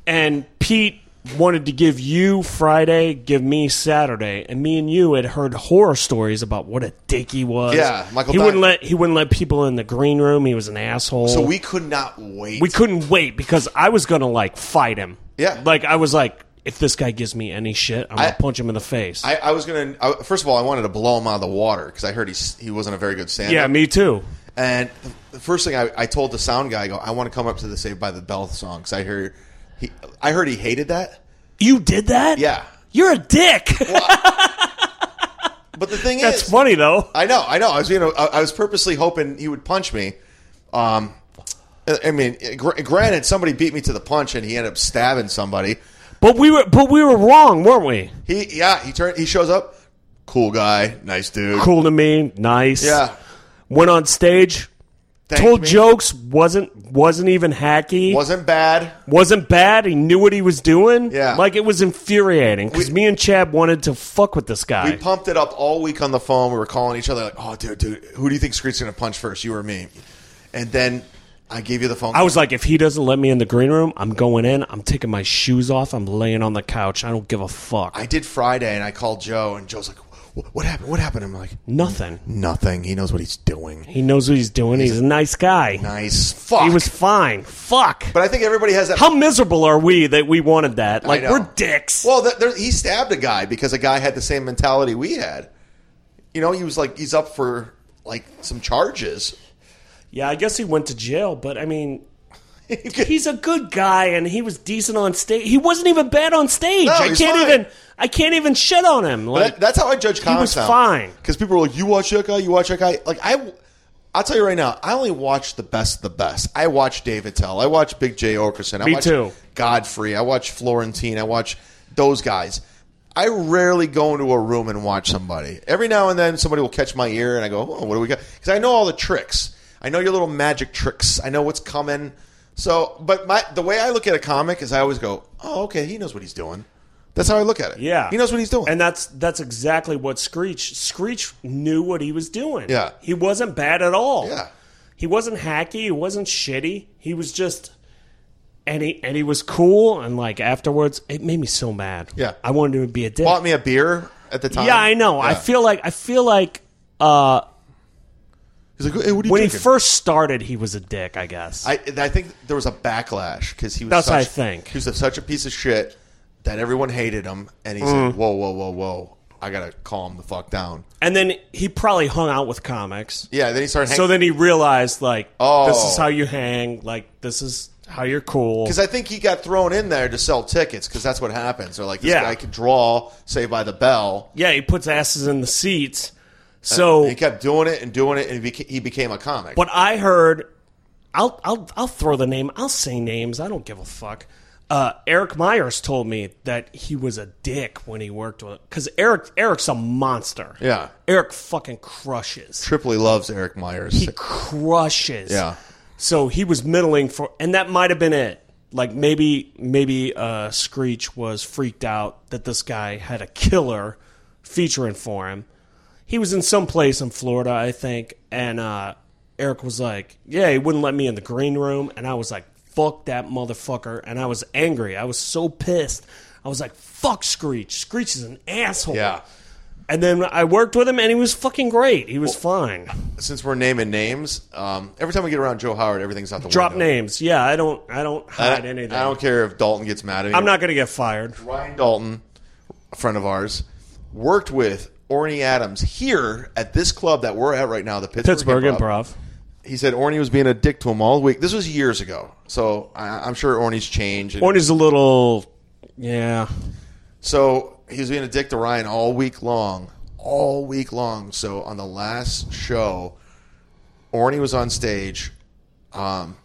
Speaker 2: and Pete wanted to give you Friday, give me Saturday, and me and you had heard horror stories about what a dick he was.
Speaker 1: Yeah, Michael
Speaker 2: He
Speaker 1: Dy-
Speaker 2: wouldn't let he wouldn't let people in the green room. He was an asshole.
Speaker 1: So we could not wait.
Speaker 2: we couldn't wait because I was gonna like fight him.
Speaker 1: Yeah.
Speaker 2: like I was like, if this guy gives me any shit, I'm gonna
Speaker 1: I-
Speaker 2: punch him in the face.
Speaker 1: I, I was gonna. I, first of all, I wanted to blow him out of the water because I heard he s- he wasn't a very good stand.
Speaker 2: yeah, me too.
Speaker 1: And the- the first thing I, I told the sound guy, I go, I want to come up to the Saved by the Bell song because I hear he, I heard he hated that.
Speaker 2: You did that?
Speaker 1: Yeah.
Speaker 2: You're a dick.
Speaker 1: But the thing
Speaker 2: That's
Speaker 1: is,
Speaker 2: funny though.
Speaker 1: I know, I know. I was, you know, I, I was purposely hoping he would punch me. Um, I- I mean, gr- granted, somebody beat me to the punch, and he ended up stabbing somebody.
Speaker 2: But we were but we were wrong, weren't we?
Speaker 1: He, yeah, he turned, he shows up, cool guy, nice dude.
Speaker 2: Cool to me, nice.
Speaker 1: Yeah,
Speaker 2: Went on stage,
Speaker 1: Thanked
Speaker 2: told
Speaker 1: me.
Speaker 2: jokes, wasn't wasn't even hacky,
Speaker 1: wasn't bad.
Speaker 2: wasn't bad. He knew what he was doing.
Speaker 1: Yeah.
Speaker 2: like it was infuriating because
Speaker 1: We-
Speaker 2: me and Chad wanted to fuck with this guy.
Speaker 1: We pumped it up all week on the phone. We were calling each other like, "Oh, dude, dude, who do you think Screech's gonna punch first, you or me?" And then I gave you the phone.
Speaker 2: I was like, if he doesn't let me in the green room, I'm going in. I'm taking my shoes off. I'm laying on the couch. I don't give a fuck.
Speaker 1: I did Friday, and I called Joe, and Joe's like, "Wh- "What happened? What happened?" I'm like,
Speaker 2: Nothing.
Speaker 1: "Nothing. He knows what he's doing.
Speaker 2: He knows what he's doing. He's, a nice guy.
Speaker 1: Nice. Fuck."
Speaker 2: He was fine. Fuck.
Speaker 1: but I think everybody has that.
Speaker 2: How miserable are we that we wanted that? Like
Speaker 1: know.
Speaker 2: we're dicks.
Speaker 1: well, th- there, he stabbed a guy because a guy had the same mentality we had. You know, he was like, he's up for like some charges.
Speaker 2: Yeah, I guess he went to jail, but I mean, he's a good guy and he was decent on stage. He wasn't even bad on stage.
Speaker 1: No,
Speaker 2: I
Speaker 1: he's
Speaker 2: can't
Speaker 1: fine.
Speaker 2: even I can't even shit on him. Like
Speaker 1: That, that's how I judge comics.
Speaker 2: was fine.
Speaker 1: because people were like, "You watch that guy, you watch that guy." Like I, I'll tell you right now, I only watch the best of the best. I watch Dave Attell, I watch Big J Okerson, I
Speaker 2: Me
Speaker 1: watch
Speaker 2: too.
Speaker 1: Godfrey, I watch Florentine, I watch those guys. I rarely go into a room and watch somebody. Every now and then, somebody will catch my ear, and I go, "Oh, what do we got?" Because I know all the tricks. I know your little magic tricks. I know what's coming. So, but my the way I look at a comic is, I always go, "Oh, okay, he knows what he's doing." That's how I look at it.
Speaker 2: yeah.
Speaker 1: he knows what he's doing.
Speaker 2: And that's that's exactly what Screech Screech knew what he was doing.
Speaker 1: Yeah.
Speaker 2: He wasn't bad at all.
Speaker 1: Yeah.
Speaker 2: He wasn't hacky, he wasn't shitty. He was just and he and he was cool and like afterwards it made me so mad.
Speaker 1: Yeah.
Speaker 2: I wanted to be a dick.
Speaker 1: bought me a beer at the time.
Speaker 2: yeah, I know. I
Speaker 1: Yeah.
Speaker 2: feel like I feel like uh
Speaker 1: He's like, hey, what are you
Speaker 2: when he
Speaker 1: drinking?
Speaker 2: first started, he was a dick, I guess.
Speaker 1: I, I think there was a backlash because he was.
Speaker 2: That's
Speaker 1: such,
Speaker 2: what I think.
Speaker 1: he was a- such a piece of shit that everyone hated him, and he
Speaker 2: Mm.
Speaker 1: said, "Whoa, whoa, whoa, whoa! I gotta calm the fuck down."
Speaker 2: and then he probably hung out with comics.
Speaker 1: Yeah, then he started.
Speaker 2: So
Speaker 1: Hanging,
Speaker 2: then he realized, like,
Speaker 1: Oh.
Speaker 2: this is how you hang. Like, this is how you're cool.
Speaker 1: because I think he got thrown in there to sell tickets because that's what happens. They're like, "This
Speaker 2: Yeah.
Speaker 1: guy could draw, say by the bell."
Speaker 2: Yeah, he puts asses in the seats. So,
Speaker 1: He kept doing it and doing it, and he beca- he became a comic.
Speaker 2: but I heard, I'll, I'll, I'll throw the name. I'll say names. I don't give a fuck. Uh, Eric Myers told me that he was a dick when he worked with because Eric Eric's a monster.
Speaker 1: Yeah,
Speaker 2: Eric fucking crushes.
Speaker 1: Tripoli loves Eric Myers.
Speaker 2: He crushes.
Speaker 1: Yeah.
Speaker 2: So he was middling for, and that might have been it. Like maybe maybe uh, Screech was freaked out that this guy had a killer featuring for him. He was in some place in Florida, I think, and uh, Eric was like, "Yeah, he wouldn't let me in the green room," and I was like, "Fuck that motherfucker!" And I was angry. I was so pissed. I was like, "Fuck Screech! Screech is an asshole."
Speaker 1: yeah.
Speaker 2: And then I worked with him, and he was fucking great. He was fine.
Speaker 1: Since we're naming names, um, every time we get around Joe Howard, everything's out the
Speaker 2: Drop
Speaker 1: window.
Speaker 2: names. Yeah, I don't. I don't hide anything.
Speaker 1: I don't care if Dalton gets mad at me.
Speaker 2: I'm not going to get fired.
Speaker 1: Ryan Dalton, a friend of ours, worked with Orny Adams here at this club that we're at right now, the Pittsburgh,
Speaker 2: Pittsburgh
Speaker 1: Improv.
Speaker 2: Improv.
Speaker 1: He said Orny was being a dick to him all week. This was years ago, so I, I'm sure Orny's changed. and-
Speaker 2: One is a little. Yeah.
Speaker 1: so he was being a dick to Ryan all week long, all week long. So on the last show, Orny was on stage. Um,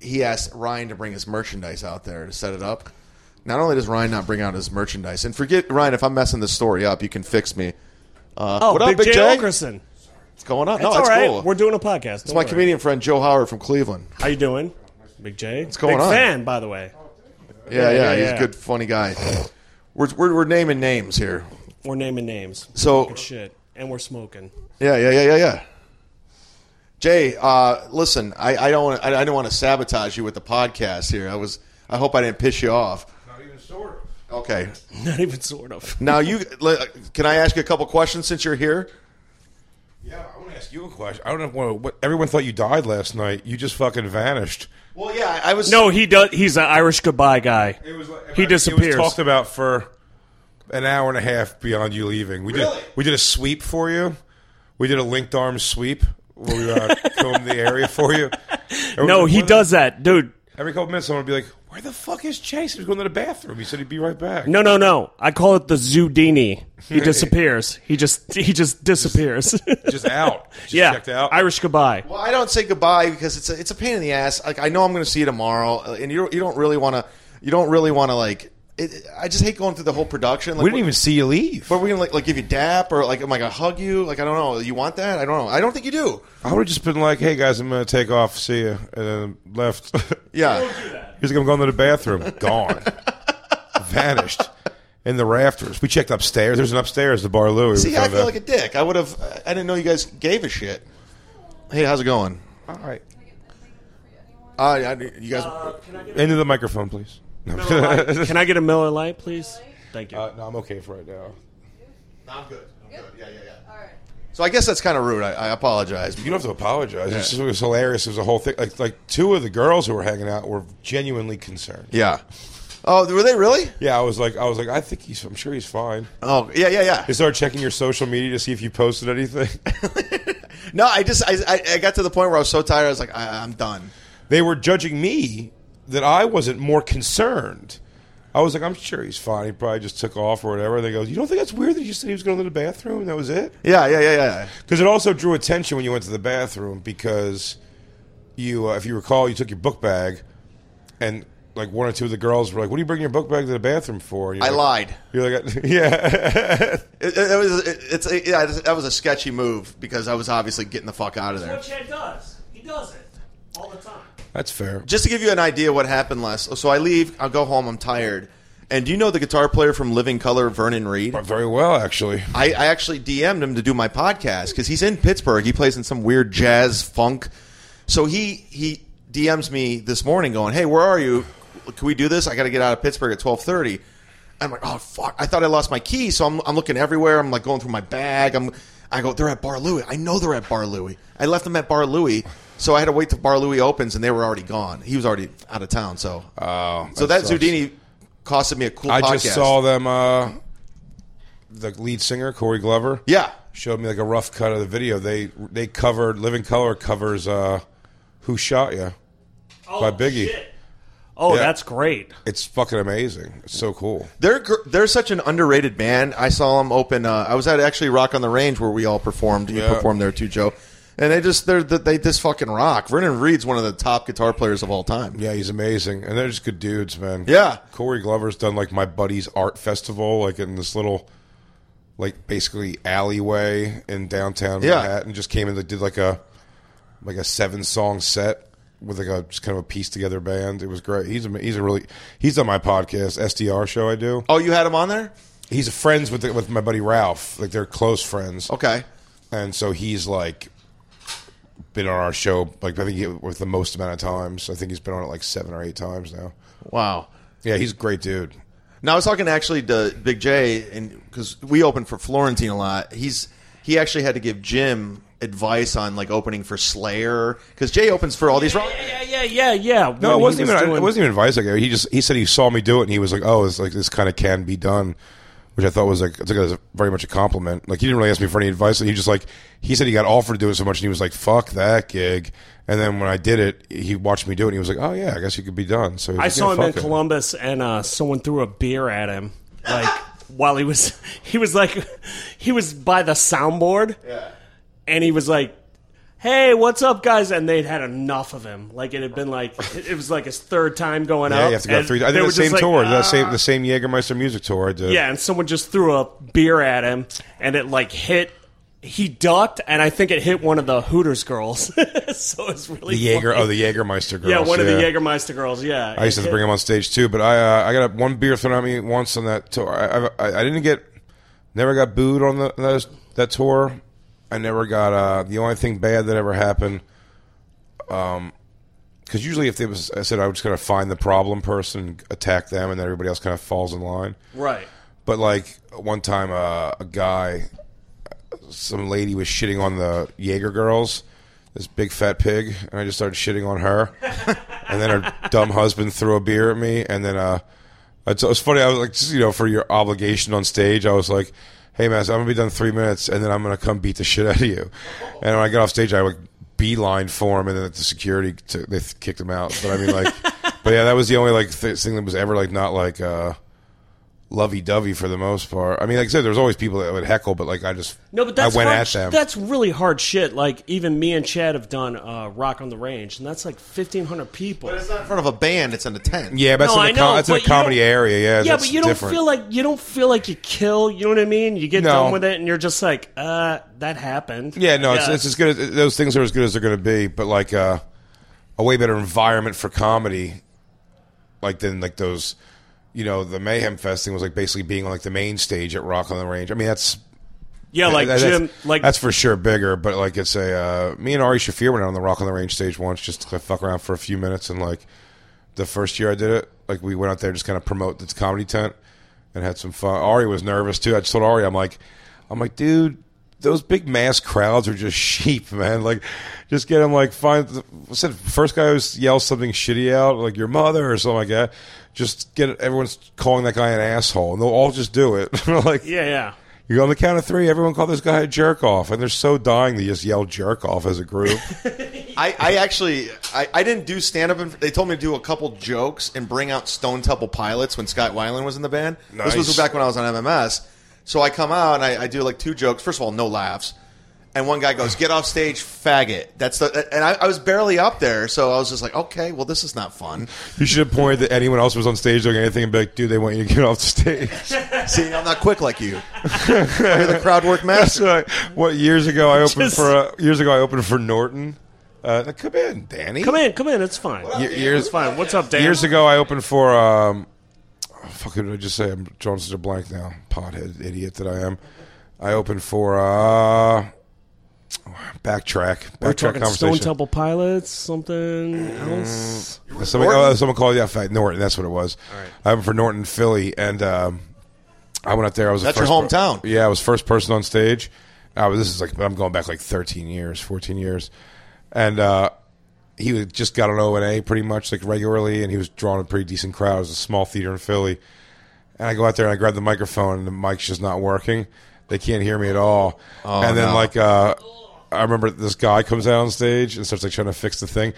Speaker 1: he asked Ryan to bring his merchandise out there to set it up. Not only does Ryan not bring out his merchandise, and forget Ryan if I'm messing this story up, you can fix me. Uh,
Speaker 2: Oh,
Speaker 1: what
Speaker 2: Big,
Speaker 1: up, Big
Speaker 2: J.
Speaker 1: J?
Speaker 2: Okerson.
Speaker 1: What's going on?
Speaker 2: It's
Speaker 1: no,
Speaker 2: all
Speaker 1: it's
Speaker 2: right.
Speaker 1: cool.
Speaker 2: We're doing a podcast.
Speaker 1: it's my comedian friend Joe Howard from Cleveland.
Speaker 2: How you doing, Big J? What's
Speaker 1: going
Speaker 2: Big
Speaker 1: on?
Speaker 2: Fan, by the way.
Speaker 1: Yeah, yeah,
Speaker 2: yeah,
Speaker 1: he's
Speaker 2: yeah.
Speaker 1: a good, funny guy. We're, we're, we're naming names here.
Speaker 2: We're naming names.
Speaker 1: So
Speaker 2: Shit, and we're smoking.
Speaker 1: Yeah, yeah, yeah, yeah, yeah. Jay, uh, listen, I, I don't, wanna- I, I don't want to sabotage you with the podcast here. I was, I hope I didn't piss you off.
Speaker 3: Not even sort of.
Speaker 1: Okay.
Speaker 2: Not even sort of.
Speaker 1: Now you le- can I ask you a couple questions since you're here?
Speaker 3: Yeah, I want to ask you a question. I don't know what, what everyone thought you died last night. You just fucking vanished.
Speaker 1: Well, yeah, I was.
Speaker 2: No, he does. He's an Irish goodbye guy.
Speaker 3: It was like,
Speaker 2: He
Speaker 3: it was
Speaker 2: disappears.
Speaker 3: talked about for an hour and a half beyond you leaving. We
Speaker 1: Really?
Speaker 3: did we did a sweep for you. We did a linked arm sweep where we uh, combed the area for you. And
Speaker 2: No,
Speaker 3: we-
Speaker 2: he
Speaker 3: one-
Speaker 2: does that, dude.
Speaker 3: Every couple minutes, someone would be like, "Where the fuck is Chase? He's going to the bathroom." He said he'd be right back.
Speaker 2: No, no, no. I call it the Zudini. He disappears. He just he just disappears.
Speaker 3: just out. Just
Speaker 2: yeah,
Speaker 3: checked out.
Speaker 2: Irish goodbye.
Speaker 1: Well, I don't say goodbye because it's a, it's a pain in the ass. Like I know I'm going to see you tomorrow, uh, and you you don't really want to you don't really want to like. It, I just hate going through the whole production. Like,
Speaker 3: we didn't even see you leave.
Speaker 1: But we're gonna like, like give you dap or like am I gonna hug you? Like I don't know. You want that? I don't know. I don't think you do.
Speaker 3: I would have just been like, "Hey guys, I'm going to take off. See you," and then left.
Speaker 1: Yeah.
Speaker 3: He's like, I'm going to the bathroom. Gone. Vanished. In the rafters. We checked upstairs. There's an upstairs, the Bar Louie.
Speaker 1: See, I feel like a dick. I would have. I didn't know you guys gave a shit. Hey, how's it going?
Speaker 3: All right.
Speaker 1: Uh, I, you guys.
Speaker 3: Into the microphone, please. No,
Speaker 2: Can I get a Miller Light, please? Thank you.
Speaker 3: Uh, no, I'm okay for right now.
Speaker 1: I'm good. I'm good. Yeah, yeah, yeah.
Speaker 4: All right.
Speaker 1: So I guess that's kind of rude. I, I apologize.
Speaker 3: You don't have to apologize. It's just, it was hilarious. It was a whole thing. Like, like two of the girls who were hanging out were genuinely concerned.
Speaker 1: Yeah. Oh, were they really?
Speaker 3: Yeah, I was like, I was like, I think he's. I'm sure he's fine.
Speaker 1: Oh, yeah, yeah, yeah.
Speaker 3: They started checking your social media to see if you posted anything.
Speaker 1: No, I just I, I, I got to the point where I was so tired. I was like, I, I'm done.
Speaker 3: they were judging me that I wasn't more concerned. I was like, I'm sure he's fine. He probably just took off or whatever. They go, you don't think that's weird that you said he was going to the bathroom and that was it?
Speaker 1: Yeah, yeah, yeah, yeah.
Speaker 3: Because it also drew attention when you went to the bathroom because you, uh, if you recall, you took your book bag and like one or two of the girls were like, what are you bringing your book bag to the bathroom for? And you're
Speaker 1: I
Speaker 3: like-
Speaker 1: lied.
Speaker 3: You're like, yeah.
Speaker 1: It, it, it was it, it's it, yeah, that was a sketchy move because I was obviously getting the fuck out of there.
Speaker 2: Chad does. He does it all the time.
Speaker 3: that's fair.
Speaker 1: Just to give you an idea what happened last. So I leave. I'll go home. I'm tired. And do you know the guitar player from Living Color, Vernon Reed?
Speaker 3: Very well, actually.
Speaker 1: I, I actually DM'd him to do my podcast because he's in Pittsburgh. He plays in some weird jazz funk. So he he DMs me this morning going, "Hey, where are you? Can we do this? I got to get out of Pittsburgh at twelve 30. I'm like, "Oh fuck! I thought I lost my key." So I'm I'm looking everywhere. I'm like going through my bag. I'm I go, "They're at Bar Louie. I know they're at Bar Louie. I left them at Bar Louie." So I had to wait till Bar Louie opens, and they were already gone. He was already out of town. So,
Speaker 3: Oh,
Speaker 1: so that
Speaker 3: sucks.
Speaker 1: Zudini costed me a cool.
Speaker 3: I
Speaker 1: podcast.
Speaker 3: just saw them, uh, the lead singer, Corey Glover.
Speaker 1: Yeah,
Speaker 3: showed me like a rough cut of the video. They they covered Living Color covers uh, "Who Shot Ya" by Biggie.
Speaker 2: Oh,
Speaker 3: Yeah.
Speaker 2: that's great.
Speaker 3: It's fucking amazing. It's so cool.
Speaker 1: They're gr- they're such an underrated band. I saw them open. Uh, I was at actually Rock on the Range where we all performed. You
Speaker 3: Yeah.
Speaker 1: performed there too, Joe. And they just they're they just fucking rock. Vernon Reed's one of the top guitar players of all time.
Speaker 3: Yeah, he's amazing, and they're just good dudes, man.
Speaker 1: Yeah.
Speaker 3: Corey Glover's done like my buddy's art festival, like in this little, like basically alleyway in downtown
Speaker 1: Yeah.
Speaker 3: Manhattan. Just came in, like did like a like a seven song set with like a just kind of a piece together band. It was great. He's a, he's a really he's on my podcast SDR show I do.
Speaker 1: Oh, you had him on there?
Speaker 3: he's friends with the, with my buddy Ralph. Like they're close friends.
Speaker 1: Okay.
Speaker 3: And so he's like been on our show like I think he, with the most amount of times. I think he's been on it like seven or eight times now.
Speaker 1: Wow.
Speaker 3: Yeah, he's a great dude.
Speaker 1: Now I was talking actually to Big J, and because we opened for Florentine a lot, he's he actually had to give Jim advice on like opening for Slayer because Jay opens for all these. rock-
Speaker 2: Yeah, yeah, yeah, yeah.
Speaker 3: No,
Speaker 2: When
Speaker 3: it
Speaker 2: he
Speaker 3: wasn't
Speaker 2: was
Speaker 3: even
Speaker 2: doing-
Speaker 3: it wasn't even advice. Like he just he said he saw me do it and he was like, oh, it's like this kind of can be done. Which I thought was like, I took it as a- very much a compliment. Like he didn't really ask me for any advice. He just like he said he got offered to do it so much, and he was like, "Fuck that gig." And then when I did it, he watched me do it, and he was like, "Oh yeah, I guess you could be done." So he was
Speaker 2: I
Speaker 3: like,
Speaker 2: saw
Speaker 3: yeah,
Speaker 2: him in
Speaker 3: fuck it.
Speaker 2: Columbus, and uh, someone threw a beer at him, like while he was he was like he was by the soundboard, and he was like, "Hey, what's up, guys?" And they'd had enough of him. Like it had been like it it was like his third time going
Speaker 3: Yeah,
Speaker 2: up.
Speaker 3: you have to go
Speaker 2: Oh, and
Speaker 3: three. I
Speaker 2: they
Speaker 3: did
Speaker 2: were
Speaker 3: the
Speaker 2: just
Speaker 3: same
Speaker 2: like,
Speaker 3: tour, the
Speaker 2: "Ah."
Speaker 3: same the same Jägermeister music tour I did.
Speaker 2: Yeah, and someone just threw a beer at him, and it like hit. He ducked, and I think it hit one of the Hooters girls. so it's really
Speaker 3: the Jaeger.
Speaker 2: funny.
Speaker 3: Oh, the Jägermeister girls.
Speaker 2: yeah, one of the Jägermeister girls. Yeah,
Speaker 3: I used
Speaker 2: It
Speaker 3: to
Speaker 2: hit-
Speaker 3: bring them on stage too, but I uh, I got one beer thrown at me once on that tour. I I, I- I didn't get, never got booed on the, those, that tour. I never got uh, the only thing bad that ever happened. Um, because usually if they was, I said I was going to find the problem person, attack them, and then everybody else kind of falls in line.
Speaker 2: Right.
Speaker 3: But like one time, uh, a guy, some lady was shitting on the Jaeger girls, this big fat pig, and I just started shitting on her. and then her dumb husband threw a beer at me, and then uh, it's, it was funny. I was like, just, you know, for your obligation on stage, I was like. Hey man, so I'm gonna be done in three minutes, and then I'm gonna come beat the shit out of you. And when I got off stage, I like beeline for him, and then the security t- they th- kicked him out. But I mean, like, but yeah, that was the only like th- thing that was ever like not like uh, lovey dovey for the most part. I mean, like I said, there's always people that would heckle, but like I just
Speaker 2: No, but that's
Speaker 3: I went
Speaker 2: hard
Speaker 3: at
Speaker 2: sh-
Speaker 3: them.
Speaker 2: That's really hard shit. Like even me and Chad have done uh, rock on the range, and that's like fifteen hundred people.
Speaker 1: It's not in front of a band. It's in a tent.
Speaker 3: yeah, but that's
Speaker 2: No,
Speaker 3: in
Speaker 2: I
Speaker 3: a, com-
Speaker 2: know,
Speaker 3: that's in a
Speaker 2: but you
Speaker 3: comedy
Speaker 2: don't-
Speaker 3: area. Yeah,
Speaker 2: yeah,
Speaker 3: that's
Speaker 2: but you don't
Speaker 3: different.
Speaker 2: feel like you don't feel like you kill. You know what I mean? You get
Speaker 3: No.
Speaker 2: done with it, and you're just like, uh, that happened.
Speaker 3: Yeah, no, It's, it's as good. As, those things are as good as they're going to be, but like uh, a way better environment for comedy, like than like those. You know, the Mayhem Fest thing was like basically being on like the main stage at Rock on the Range. I mean, that's
Speaker 2: yeah, like
Speaker 3: That-
Speaker 2: Jim,
Speaker 3: that's,
Speaker 2: like
Speaker 3: that's for sure bigger. But like it's a uh, me and Ari Shafir went out on the Rock on the Range stage once just to fuck around for a few minutes, and like the first year I did it, like we went out there just kind of promote this comedy tent and had some fun. Ari was nervous too. I just told Ari, I'm like, I'm like, dude. Those big mass crowds are just sheep, man. Like, just get them like find. What's that first guy who yells something shitty out, like your mother or something like that? Just get everyone's calling that guy an asshole, and they'll all just do it. like,
Speaker 2: yeah, yeah.
Speaker 3: you go on the count of three, everyone call this guy a jerk off, and they're so dying they just yell jerk off as a group.
Speaker 1: I, I actually I, I didn't do stand up. They told me to do a couple jokes and bring out Stone Temple Pilots when Scott Weiland was in the band. This
Speaker 3: Nice.
Speaker 1: was back when I was on MMS. So I come out and I, I do like two jokes. First of all, no laughs. And one guy goes, "Get off stage, faggot." That's the and I, I was barely up there, so I was just like, "Okay, well, this is not fun."
Speaker 3: you should have pointed that anyone else was on stage doing anything and be like, dude, they want you to get off the stage.
Speaker 1: See, I'm not quick like you. You're the crowd work
Speaker 3: That's
Speaker 1: master.
Speaker 3: right. What years ago I opened
Speaker 2: Just-
Speaker 3: for uh, years ago I opened for Norton. Uh, come in, Danny.
Speaker 2: Come in, come in. It's fine.
Speaker 3: Ye- years
Speaker 2: It's fine. What's up, Dan?
Speaker 3: years ago I opened for um, oh, fuck, who did I just say? I'm drawing such a blank now. Pothead idiot that I am. I opened for uh, backtrack. Backtrack
Speaker 2: We're talking
Speaker 3: conversation. Mm.
Speaker 2: Stone Temple Pilots, something else.
Speaker 3: Somebody,
Speaker 1: Norton?
Speaker 3: oh, someone called yeah, fact Norton. That's what it was. I went for Norton, Philly, and um, I went up there. I was the
Speaker 1: That's your
Speaker 3: first per-
Speaker 1: hometown.
Speaker 3: yeah, I was first person on stage. I was, this is like I'm going back like 13 years, 14 years, and uh, he was, just got an O and A pretty much like regularly, and he was drawing a pretty decent crowd. It was a small theater in Philly, and I go out there and I grab the microphone, and the mic's just not working. They can't hear me at all. and then
Speaker 1: Oh, no.
Speaker 3: like uh, I remember this guy comes out on stage and starts like trying to fix the thing.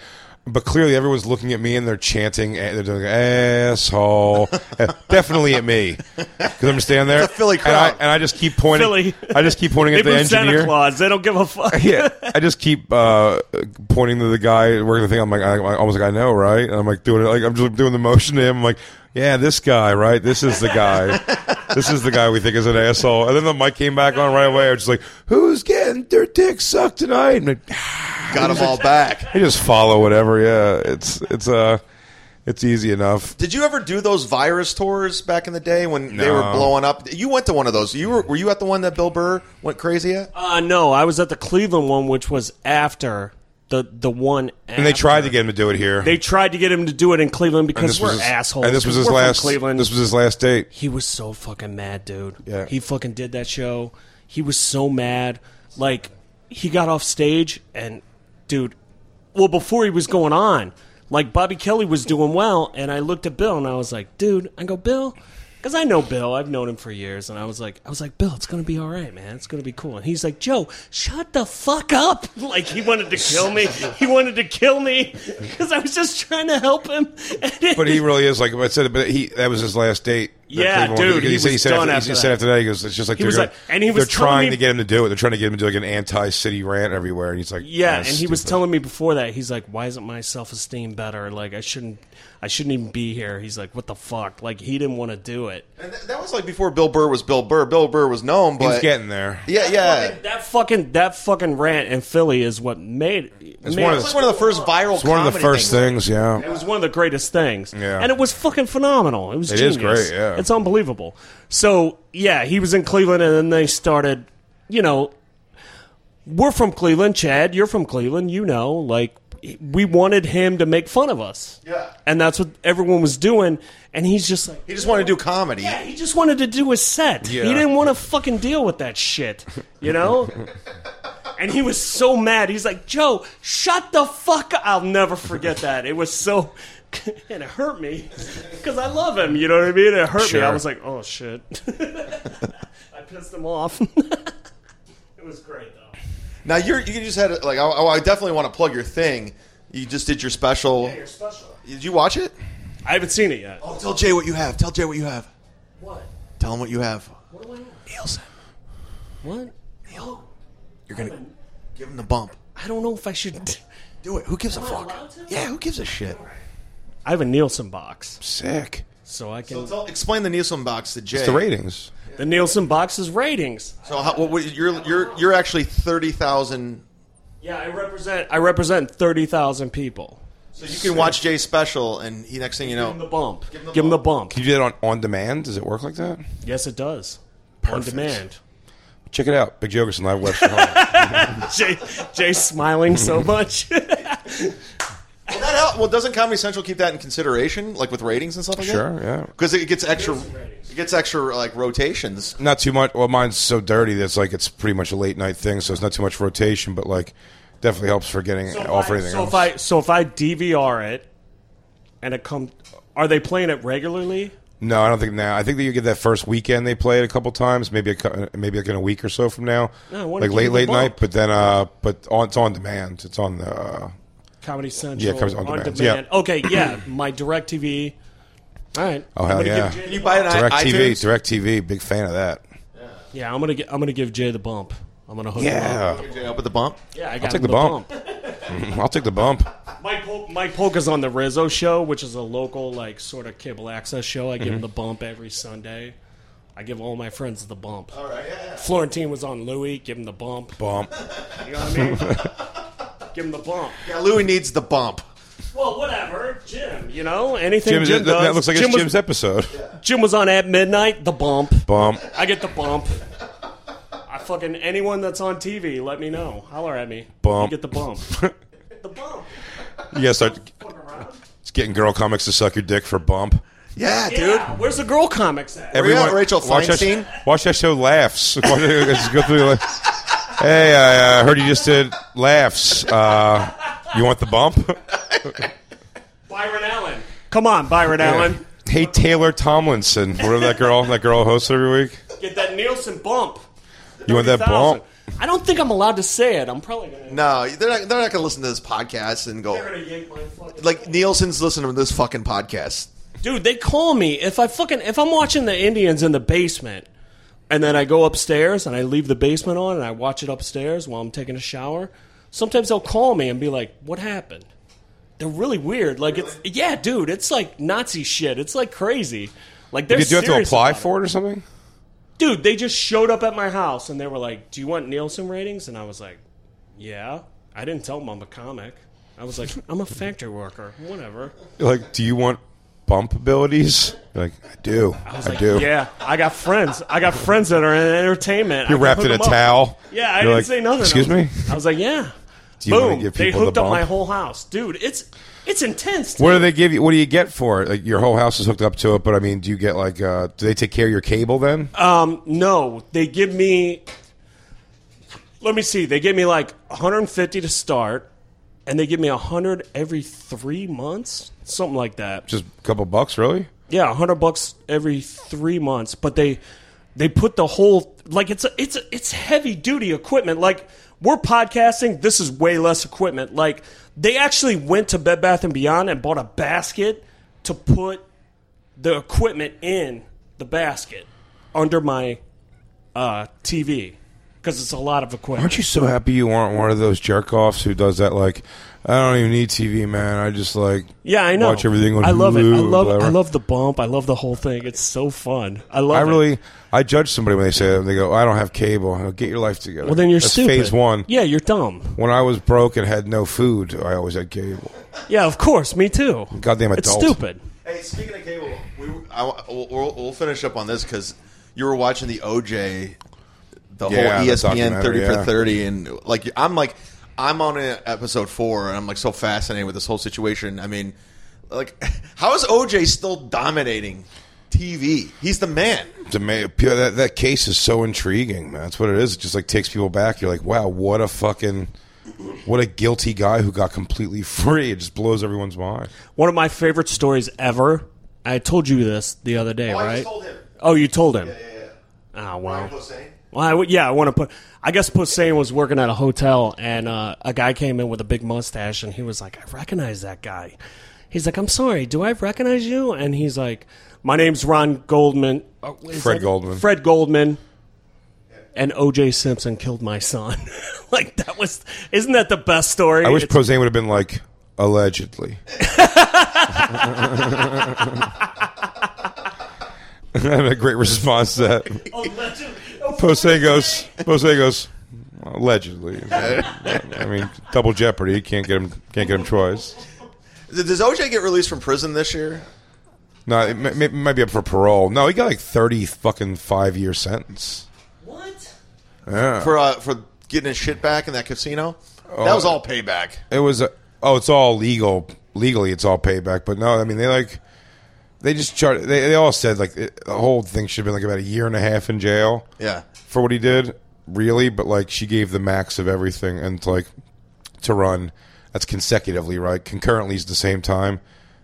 Speaker 3: But clearly, everyone's looking at me and they're chanting. eh, They're doing asshole, Eh, definitely at me because I'm standing there.
Speaker 1: It's a Philly
Speaker 3: and I,
Speaker 1: crowd.
Speaker 3: and I just keep pointing.
Speaker 2: Philly.
Speaker 3: I just keep pointing
Speaker 2: They
Speaker 3: at the
Speaker 2: moved Santa
Speaker 3: engineer.
Speaker 2: Claus. They don't give a fuck.
Speaker 3: Yeah, I just keep uh, pointing to the guy working the thing. I'm like, I, I almost like I know, right? And I'm like doing it, like I'm just doing the motion to him. I'm like, yeah, this guy, right? This is the guy. this is the guy we think is an asshole. And then the mic came back on right away. I was just like, who's getting their dick sucked tonight? And like,
Speaker 1: Got them all back.
Speaker 3: I just follow whatever. Yeah, it's it's uh, it's easy enough.
Speaker 1: Did you ever do those virus tours back in the day when they were
Speaker 3: No.
Speaker 1: blowing up? You went to one of those. You were, were you at the one that Bill Burr went crazy at?
Speaker 2: Uh, no, I was at the Cleveland one, which was after the the one.
Speaker 3: And they tried to get him to do it here.
Speaker 2: They tried to get him to do it in Cleveland because we're
Speaker 3: his,
Speaker 2: assholes.
Speaker 3: And this
Speaker 2: because
Speaker 3: was his
Speaker 2: we're from
Speaker 3: last.
Speaker 2: Cleveland.
Speaker 3: This was his last date.
Speaker 2: he was so fucking mad, dude.
Speaker 3: Yeah.
Speaker 2: He fucking did that show. He was so mad. Like he got off stage and dude, well before he was going on, like Bobby Kelly was doing well and I looked at Bill and I was like, "Dude, I go, Bill, cuz I know Bill. I've known him for years." And I was like, I was like, "Bill, it's going to be all right, man. It's going to be cool." And he's like, "Joe, shut the fuck up." Like he wanted to kill me. He wanted to kill me cuz I was just trying to help him. And it-
Speaker 3: But he really is like I said. But he that was his last date. that
Speaker 2: Yeah,
Speaker 3: Cleveland-
Speaker 2: dude,
Speaker 3: because
Speaker 2: he was
Speaker 3: said
Speaker 2: done
Speaker 3: after,
Speaker 2: after
Speaker 3: he
Speaker 2: that.
Speaker 3: said after that. He goes, it's just like they're
Speaker 2: was
Speaker 3: gonna-
Speaker 2: like- and he was
Speaker 3: they're
Speaker 2: telling
Speaker 3: trying
Speaker 2: me-
Speaker 3: to get him to do it. They're trying to get him to do like an anti-city rant everywhere, and he's like,
Speaker 2: Yeah,
Speaker 3: "Ah,
Speaker 2: and he was
Speaker 3: stupid."
Speaker 2: telling me before that he's like, "Why isn't my self esteem better? Like, I shouldn't, I shouldn't even be here." He's like, "What the fuck?" Like, he didn't want to do it.
Speaker 1: And th- that was like before Bill Burr was Bill Burr. Bill Burr was known,
Speaker 3: He's
Speaker 1: but
Speaker 3: getting there.
Speaker 1: yeah, yeah.
Speaker 2: That fucking that fucking rant in Philly is what made. It's
Speaker 3: one of
Speaker 1: It's like one of the first viral.
Speaker 3: It's one of the
Speaker 1: comedy
Speaker 3: first
Speaker 1: things.
Speaker 3: things.
Speaker 2: It
Speaker 3: Yeah,
Speaker 2: was one of the greatest things.
Speaker 3: Yeah.
Speaker 2: And it was fucking phenomenal. It was
Speaker 3: It is
Speaker 2: genius.
Speaker 3: great, yeah.
Speaker 2: It's unbelievable. So, yeah, he was in Cleveland and then they started, you know, we're from Cleveland, Chad, you're from Cleveland, you know, like we wanted him to make fun of us.
Speaker 1: Yeah.
Speaker 2: And that's what everyone was doing. And he's just like,
Speaker 1: He just wanted to do comedy.
Speaker 2: yeah, he just wanted to do his set.
Speaker 3: Yeah.
Speaker 2: He didn't want to fucking deal with that shit, you know? and he was so mad. He's like, Joe, shut the fuck up. I'll never forget that. It was so. And it hurt me because I love him. You know what I mean? It hurt
Speaker 3: Sure.
Speaker 2: me. I was like, oh shit. I pissed him off. it was great, though.
Speaker 1: Now you're you just had like I, oh, I definitely want to plug your thing. You just did your special.
Speaker 2: You're special.
Speaker 1: Did you watch it?
Speaker 2: I haven't seen it yet.
Speaker 1: Oh, tell Jay what you have. Tell Jay what you have.
Speaker 2: What?
Speaker 1: Tell him what you have.
Speaker 2: What do I have?
Speaker 1: Nielsen.
Speaker 2: What?
Speaker 1: You're gonna give him the bump.
Speaker 2: I don't know if I should.
Speaker 1: Do it. Who gives a fuck?
Speaker 2: allowed to?
Speaker 1: Yeah, who gives a shit?
Speaker 2: I have a Nielsen box,
Speaker 3: Sick.
Speaker 2: so I can.
Speaker 1: So tell, explain the Nielsen box to Jay.
Speaker 3: It's the ratings.
Speaker 2: the Nielsen box is ratings.
Speaker 1: So how, what, what, you're you're you're actually thirty thousand.
Speaker 2: Yeah, I represent. I represent thirty thousand people.
Speaker 1: So you can watch Jay's special, and he next thing you
Speaker 2: Give 'em the
Speaker 1: know,
Speaker 2: bump.
Speaker 1: Give 'em the
Speaker 2: Give them the bump.
Speaker 3: Can you do that on, on demand? Does it work like that?
Speaker 2: Yes, it does. On demand.
Speaker 3: Check it out. Big Jokerson live web from home.
Speaker 2: Jay, Jay's smiling so much.
Speaker 1: well, that help, well, doesn't Comedy Central keep that in consideration, like with ratings and stuff like
Speaker 3: Sure,
Speaker 1: that?
Speaker 3: yeah.
Speaker 1: Because it gets extra, it gets extra like rotations.
Speaker 3: Not too much. Well, mine's so dirty that it's like it's pretty much a late night thing, so it's not too much rotation, but like definitely helps for getting off or anything
Speaker 2: so
Speaker 3: else.
Speaker 2: if I so if I DVR it, and it come, are they playing it regularly?
Speaker 3: No, I don't think now. I think that you get that first weekend they play it a couple times, maybe a, cou- maybe like in a week or so from now,
Speaker 2: No, I wanna
Speaker 3: like
Speaker 2: give
Speaker 3: late
Speaker 2: you the
Speaker 3: late night.
Speaker 2: bump.
Speaker 3: But then, uh, but on, it's on demand. It's on the uh,
Speaker 2: Comedy Central.
Speaker 3: comes on demand. Yeah.
Speaker 2: Okay, yeah, my DirecTV. All right.
Speaker 3: oh hell yeah,
Speaker 1: Can you buy it on
Speaker 3: Direct TV,
Speaker 1: iTunes?
Speaker 3: Direct TV, big fan of that.
Speaker 2: Yeah, I'm gonna get, I'm gonna give Jay the bump. I'm gonna hook him up.
Speaker 3: Yeah,
Speaker 1: Jay up at the bump.
Speaker 2: Yeah, I got
Speaker 3: take
Speaker 2: him
Speaker 3: the bump. I'll take the bump.
Speaker 2: Mike, Pol- Mike Polka's on the Rizzo show, which is a local like sort of cable access show. I give
Speaker 3: Mm-hmm.
Speaker 2: him the bump every Sunday. I give all my friends the bump.
Speaker 1: All right, yeah, yeah.
Speaker 2: Florentine was on Louis, give him the bump.
Speaker 3: Bump.
Speaker 2: You know what I mean? give him the bump.
Speaker 1: yeah. Louis needs the bump.
Speaker 2: Well, whatever, Jim. You know anything
Speaker 3: Jim,
Speaker 2: Jim,
Speaker 3: that,
Speaker 2: does.
Speaker 3: that looks like
Speaker 2: Jim
Speaker 3: it's
Speaker 2: was,
Speaker 3: Jim's episode.
Speaker 2: Jim was on at midnight. The bump.
Speaker 3: Bump.
Speaker 2: I get the bump. I fucking anyone that's on TV, let me know. Holler at me.
Speaker 3: Bump.
Speaker 2: You get the bump. the bump.
Speaker 3: You gotta start
Speaker 2: Fuck around.
Speaker 3: it's getting girl comics to suck your dick for bump.
Speaker 1: Yeah, dude.
Speaker 2: Yeah, where's the girl comics at?
Speaker 1: out, Rachel
Speaker 3: watch that,
Speaker 1: Feinstein?
Speaker 3: sh- watch that show. Laughs. Watch it- just go through. like, hey, I uh, heard you just did laughs. Uh, you want the bump?
Speaker 2: Byron Allen. Come on, Byron Allen.
Speaker 3: Hey, Taylor Tomlinson, whatever that girl that girl hosts every week.
Speaker 2: Get that Nielsen bump.
Speaker 3: You want that
Speaker 2: 30,000.
Speaker 3: bump?
Speaker 2: I don't think I'm allowed to say it. I'm probably gonna.
Speaker 1: No, they're not. They're not gonna listen to this podcast and
Speaker 2: They're
Speaker 1: go
Speaker 2: gonna yank my fucking.
Speaker 1: like Nielsen's listening to this fucking podcast.
Speaker 2: dude, they call me if I fucking if I'm watching the Indians in the basement, and then I go upstairs and I leave the basement on and I watch it upstairs while I'm taking a shower. Sometimes they'll call me and be like, "What happened?" They're really weird. Like it's yeah, dude. It's like Nazi shit. It's like crazy. Like they're
Speaker 3: Did you have to
Speaker 2: serious
Speaker 3: apply
Speaker 2: about it.
Speaker 3: for it or something?
Speaker 2: dude, they just showed up at my house and they were like, "Do you want Nielsen ratings?" And I was like, "Yeah." I didn't tell them I'm a comic. I was like, "I'm a factory worker, whatever."
Speaker 3: You're like, do you want bump abilities? You're like, I do. I,
Speaker 2: was like,
Speaker 3: do.
Speaker 2: Yeah, I got friends. I got friends that are in entertainment.
Speaker 3: You're
Speaker 2: I can
Speaker 3: wrapped
Speaker 2: hook
Speaker 3: in a
Speaker 2: them up.
Speaker 3: towel.
Speaker 2: Yeah, I
Speaker 3: You're
Speaker 2: didn't
Speaker 3: like,
Speaker 2: say nothing.
Speaker 3: Excuse
Speaker 2: I was-
Speaker 3: me.
Speaker 2: I was like, "Yeah."
Speaker 3: you wanna
Speaker 2: Boom!
Speaker 3: give
Speaker 2: They
Speaker 3: people the
Speaker 2: hooked up my
Speaker 3: bump?
Speaker 2: whole house, dude. It's it's intense. dude.
Speaker 3: What do they give you? What do you get for it? Like, your whole house is hooked up to it, but I mean, do you get like? Uh, do they take care of your cable then?
Speaker 2: Um, no, they give me. Let me see. They give me like 150 to start, and they give me 100 every three months, something like that.
Speaker 3: Just a couple bucks, really?
Speaker 2: Yeah, 100 bucks every three months. But they they put the whole like it's a, it's a, it's heavy duty equipment. Like we're podcasting. This is way less equipment. Like they actually went to Bed Bath and Beyond and bought a basket to put the equipment in the basket under my uh, TV because it's a lot of equipment.
Speaker 3: Aren't you so happy you aren't one of those jerk offs who does that? Like, I don't even need TV, man. I just like
Speaker 2: Yeah, I know.
Speaker 3: Watch everything on
Speaker 2: I love it. I
Speaker 3: Hulu or
Speaker 2: love. I
Speaker 3: whatever.
Speaker 2: love the bump. I love the whole thing. It's so fun. I love.
Speaker 3: I
Speaker 2: it.
Speaker 3: really I judge somebody when they say that. They go, "I don't have cable." I go, Get your life together.
Speaker 2: Well, then you're
Speaker 3: That's
Speaker 2: stupid.
Speaker 3: Phase one.
Speaker 2: Yeah, you're dumb.
Speaker 3: When I was broke and had no food, I always had cable.
Speaker 2: Yeah, of course. Me too.
Speaker 3: Goddamn adult.
Speaker 2: It's stupid.
Speaker 1: Hey, speaking of cable, we I, we'll, we'll, we'll finish up on this because you were watching the OJ, the
Speaker 3: Yeah,
Speaker 1: whole E
Speaker 3: the
Speaker 1: ESPN
Speaker 3: documentary,
Speaker 1: thirty
Speaker 3: yeah.
Speaker 1: for thirty, and like I'm like I'm on a, episode four, and I'm like so fascinated with this whole situation. I mean, like, how is OJ still dominating TV? He's the man.
Speaker 3: The ma- pure- that, that case is so intriguing, man. That's what it is. It just like takes people back. You're like, wow, what a fucking, what a guilty guy who got completely free. It just blows everyone's mind.
Speaker 2: One of my favorite stories ever. I told you this the other day,
Speaker 1: Oh,
Speaker 2: right?
Speaker 1: I just told him.
Speaker 2: Oh, you told him.
Speaker 1: Yeah, yeah.
Speaker 2: Oh, wow.
Speaker 1: Brian Posehn.
Speaker 2: Well, I w- yeah, I want to put. I guess Posehn was working at a hotel, and uh, a guy came in with a big mustache, and he was like, "I recognize that guy." He's like, "I'm sorry, do I recognize you?" And he's like, "My name's Ron Goldman, uh, is
Speaker 3: Fred
Speaker 2: that-
Speaker 3: Goldman.
Speaker 2: Fred Goldman." And O.J. Simpson killed my son. like that was, isn't that the best story?
Speaker 3: I wish
Speaker 2: It's-
Speaker 3: Posey would have been like, allegedly. I had a great response to that. Posey goes, Posey goes, allegedly. I mean, double jeopardy. You Can't get him. Can't get him twice.
Speaker 1: Does OJ get released from prison this year?
Speaker 3: No, it may, may, might be up for parole. No, he got like thirty fucking five year sentence.
Speaker 2: What?
Speaker 3: Yeah,
Speaker 1: for uh, for getting his shit back in that casino.
Speaker 3: Oh,
Speaker 1: that was all payback.
Speaker 3: it was. A, oh, it's all legal. Legally, it's all payback. But no, I mean, they like they just chart. They, they all said like it, the whole thing should have been like about a year and a half in jail
Speaker 1: Yeah,
Speaker 3: for what he did. Really, but like she gave the max of everything, and like to run. That's consecutively, right? Concurrently is the same time.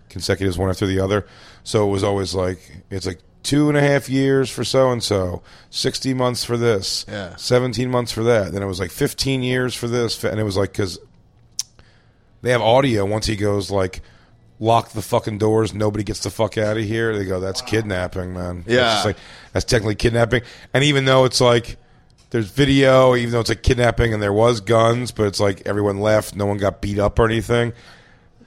Speaker 3: Consecutives one after the other. So it was always like it's like two and a half years for so and so, sixty months for this,
Speaker 1: Yeah.
Speaker 3: seventeen months for that. Then it was like fifteen years for this, and it was like because they have audio. Once he goes like. Lock the fucking doors. Nobody gets the fuck out of here. They go. That's kidnapping, man. That's
Speaker 1: Yeah.
Speaker 3: just like that's technically kidnapping. And even though it's like there's video, even though it's a kidnapping and there was guns, but it's like everyone left, no one got beat up or anything.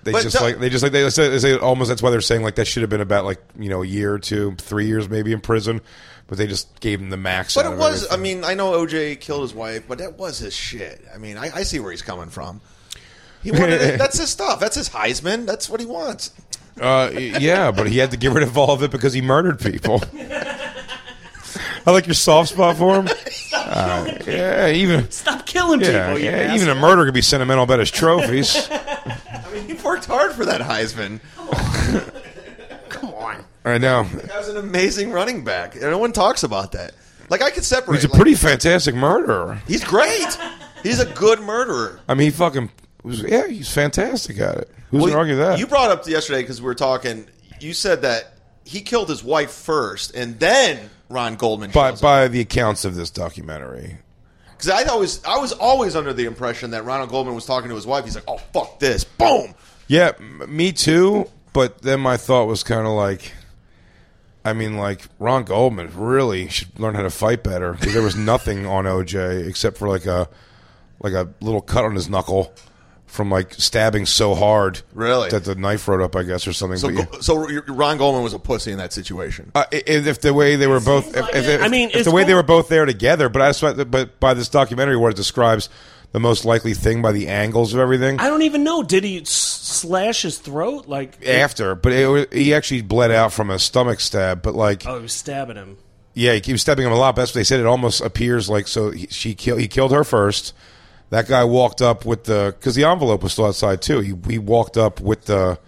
Speaker 3: They
Speaker 1: But
Speaker 3: just
Speaker 1: don't-
Speaker 3: like they just like they say, they say almost that's why they're saying like that should have been about like you know a year or two, three years maybe in prison, but they just gave him the max.
Speaker 1: but
Speaker 3: out
Speaker 1: it
Speaker 3: of
Speaker 1: was. I
Speaker 3: everything.
Speaker 1: mean, I know OJ killed his wife, but that was his shit. I mean, I, I see where he's coming from. He wanted it. that's his stuff. That's his Heisman. That's what he wants.
Speaker 3: uh, y- yeah, but he had to get rid of all of it because he murdered people. I like your soft spot for him. Uh, yeah, even
Speaker 2: Stop killing
Speaker 3: yeah,
Speaker 2: people! you
Speaker 3: yeah,
Speaker 2: ass-
Speaker 3: even a murder could be sentimental about his trophies.
Speaker 1: I mean, he worked hard for that Heisman.
Speaker 2: Come on.
Speaker 3: I know.
Speaker 1: That was an amazing running back. And No one talks about that. Like I could separate.
Speaker 3: He's a
Speaker 1: like,
Speaker 3: pretty fantastic murderer.
Speaker 1: he's great. He's a good murderer.
Speaker 3: I mean, he fucking was, yeah, he's fantastic at it. Who's
Speaker 1: Well,
Speaker 3: gonna argue that?
Speaker 1: You brought up yesterday because we were talking. You said that he killed his wife first, and then Ron Goldman.
Speaker 3: by
Speaker 1: shows up.
Speaker 3: by the accounts of this documentary,
Speaker 1: Because I always, I was always under the impression that Ronald Goldman was talking to his wife. He's like, "Oh fuck this, boom."
Speaker 3: yeah, m- me too. But then my thought was kind of like, I mean, like Ron Goldman really should learn how to fight better because there was nothing on OJ except for like a like a little cut on his knuckle from like stabbing so hard,
Speaker 1: Really?
Speaker 3: that the knife rode up, I guess, or something.
Speaker 1: So,
Speaker 3: but Oh, yeah.
Speaker 1: Go- so Ron Goldman was a pussy in that situation.
Speaker 3: Uh, i- if, if the way they were both, if, if, if,
Speaker 2: I mean,
Speaker 3: if
Speaker 2: it's
Speaker 3: the way
Speaker 2: cool-
Speaker 3: they were both there together, but I just, thought that- but by this documentary where it describes the most likely thing by the angles of everything
Speaker 2: I don't even know. Did he s- slash his throat? Like,
Speaker 3: after, but it, wa- he actually bled out from a stomach stab. But like,
Speaker 2: oh, he was stabbing him.
Speaker 3: yeah, he was stabbing him a lot. But that's what they said. It almost appears like so he, she killed. He killed her first. That guy walked up with the because the envelope was still outside too. He, he walked up with the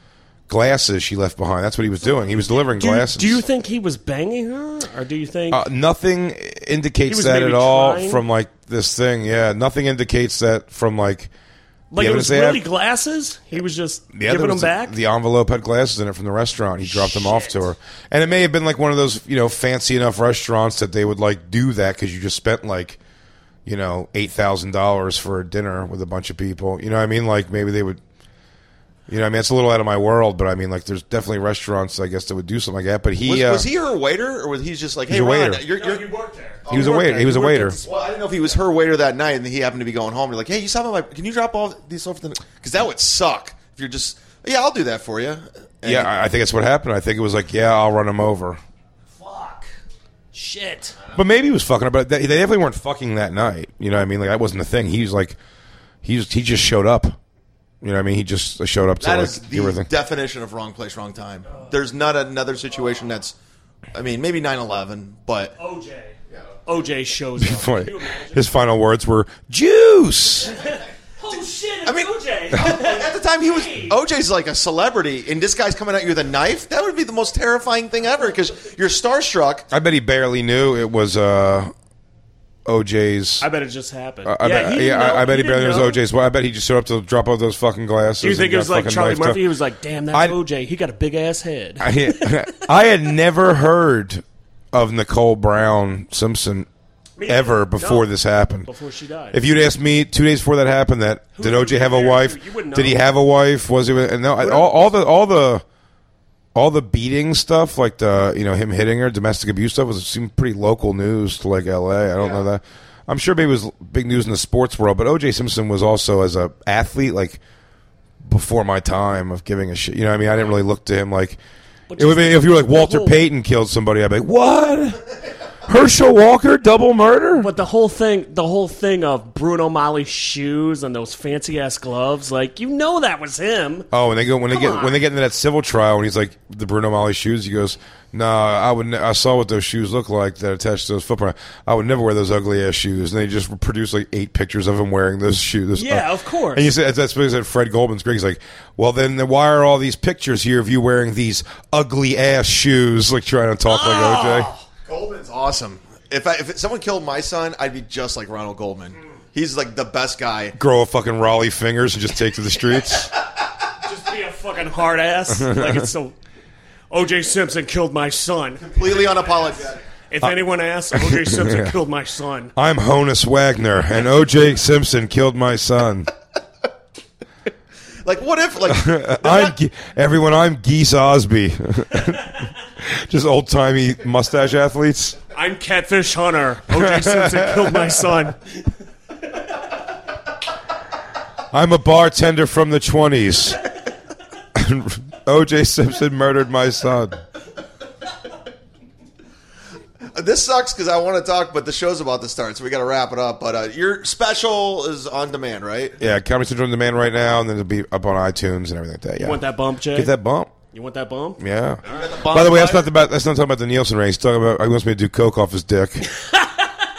Speaker 3: glasses she left behind. That's what he was doing. He was delivering
Speaker 2: Do you,
Speaker 3: glasses.
Speaker 2: do you think he was banging her, or do you think?
Speaker 3: Uh, nothing
Speaker 2: He
Speaker 3: indicates
Speaker 2: was
Speaker 3: that
Speaker 2: maybe
Speaker 3: at all
Speaker 2: trying?
Speaker 3: from like this thing. Yeah, nothing indicates that from like.
Speaker 2: Like
Speaker 3: The
Speaker 2: it was
Speaker 3: evidence they
Speaker 2: really
Speaker 3: have-
Speaker 2: glasses. He was just
Speaker 3: Yeah,
Speaker 2: giving
Speaker 3: there
Speaker 2: them
Speaker 3: was
Speaker 2: back.
Speaker 3: The, the envelope had glasses in it from the restaurant. He dropped them off to her, and it may have been like one of those you know fancy enough restaurants that they would like do that because you just spent like you know eight thousand dollars for a dinner with a bunch of people. You know what I mean? Like maybe they would. You know, I mean, it's a little out of my world, but I mean, like, there's definitely restaurants, I guess, that would do something like that. But he
Speaker 1: Was,
Speaker 3: uh,
Speaker 1: was he her waiter, or was he just like, "Hey,
Speaker 3: a
Speaker 1: Ron,
Speaker 3: waiter.
Speaker 1: you're, you're,
Speaker 2: worked there.
Speaker 3: he was a waiter. He was a waiter.
Speaker 1: Well, I didn't know if he was her waiter that night, and he happened to be going home. You're like, "Hey, you saw my? Can you drop all these off?" Because that would suck if you're just, "Yeah, I'll do that for you." And
Speaker 3: Yeah, I- I think that's what happened. I think it was like, yeah, I'll run him over.
Speaker 2: Fuck. Shit.
Speaker 3: But maybe he was fucking her, but They they definitely weren't fucking that night. You know what I mean? Like that wasn't the thing. He was like, he was, he just showed up. You know what I mean? He just uh, showed up to
Speaker 1: That
Speaker 3: like
Speaker 1: is
Speaker 3: give her
Speaker 1: the
Speaker 3: thing.
Speaker 1: definition of wrong place, wrong time. There's not another situation that's, I mean, maybe 9-11, but
Speaker 2: OJ. OJ shows up.
Speaker 3: His final words were juice.
Speaker 2: oh shit!
Speaker 1: I mean, at the time he was OJ's like a celebrity, and this guy's coming at you with a knife. That would be the most terrifying thing ever because you're starstruck.
Speaker 3: I bet he barely knew it was uh, OJ's.
Speaker 2: I bet it just happened.
Speaker 3: Uh, I bet,
Speaker 2: didn't know.
Speaker 3: I, I bet he barely
Speaker 2: didn't
Speaker 3: knew it
Speaker 2: know.
Speaker 3: was OJ's. Well, I bet he just showed up to drop off those fucking glasses.
Speaker 2: Do you think it
Speaker 3: and got
Speaker 2: was like
Speaker 3: fucking
Speaker 2: Charlie
Speaker 3: knifed up.
Speaker 2: Murphy? He was like, "Damn, that's
Speaker 3: I-
Speaker 2: OJ. He got a big ass head."
Speaker 3: I, I had never heard of Nicole Brown Simpson
Speaker 2: Me
Speaker 3: ever
Speaker 2: either.
Speaker 3: before
Speaker 2: No.
Speaker 3: this happened.
Speaker 2: before she died.
Speaker 3: If you'd asked me two days before that happened, that did
Speaker 2: who
Speaker 3: OJ have a
Speaker 2: cares?
Speaker 3: wife?
Speaker 2: You wouldn't
Speaker 3: Did he
Speaker 2: know.
Speaker 3: have a wife? Was he? with- And no, I- all, all the all the all the beating stuff, like the you know him hitting her, domestic abuse stuff, was seemed pretty local news to like L.A. I don't know that. I'm sure maybe it was big news in the sports world, but O.J. Simpson was also as a athlete like before my time of giving a shit. You know, what I mean, I didn't really look to him like. It would be, if you were like Walter
Speaker 2: whole-
Speaker 3: Payton killed somebody, I'd be like, what? Herschel Walker double murder?
Speaker 2: but the whole thing, the whole thing of Bruno Mali's shoes and those fancy ass gloves, like you know that was him.
Speaker 3: Oh, when they go when they get
Speaker 2: on.
Speaker 3: when they get into that civil trial, and he's like the Bruno Mali shoes. He goes, "Nah, I would. Ne- I saw what those shoes look like that attached to those footprint. I would never wear those ugly ass shoes." And they just produce like eight pictures of him wearing those shoes. Uh,
Speaker 2: Yeah, of course.
Speaker 3: And you said that's what he said. Fred Goldman's great. He's like, "Well, then why are all these pictures here of you wearing these ugly ass shoes?" Like trying to talk
Speaker 2: Oh.
Speaker 3: like OJ.
Speaker 1: Goldman's awesome. If I, if someone killed my son, I'd be just like Ronald Goldman. He's like the best guy.
Speaker 3: Grow a fucking Raleigh fingers and just take to the streets.
Speaker 2: Just be a fucking hard ass. like it's so. OJ Simpson killed my son.
Speaker 1: Completely unapologetic.
Speaker 3: Uh,
Speaker 2: If anyone asks, OJ Simpson killed my son.
Speaker 3: I'm Honus Wagner, and OJ Simpson killed my son.
Speaker 1: Like, what if like
Speaker 3: I'm Ge- everyone. I'm Geese Osby. Just old timey mustache athletes.
Speaker 2: I'm Catfish Hunter. OJ Simpson killed my son.
Speaker 3: I'm a bartender from the twenties. O.J. Simpson murdered my son.
Speaker 1: this sucks because I want to talk, but the show's about to start, so we got to wrap it up. But uh, your special is on demand, right?
Speaker 3: Yeah, Comedy Central on demand right now, and then it'll be up on iTunes and everything like that. Yeah,
Speaker 2: Want that bump, Jay?
Speaker 3: Get that bump.
Speaker 2: you want that bump?
Speaker 3: Yeah. By the way, that's not the about, that's not talking about the Nielsen rating. He's talking about he wants me to do coke off his dick.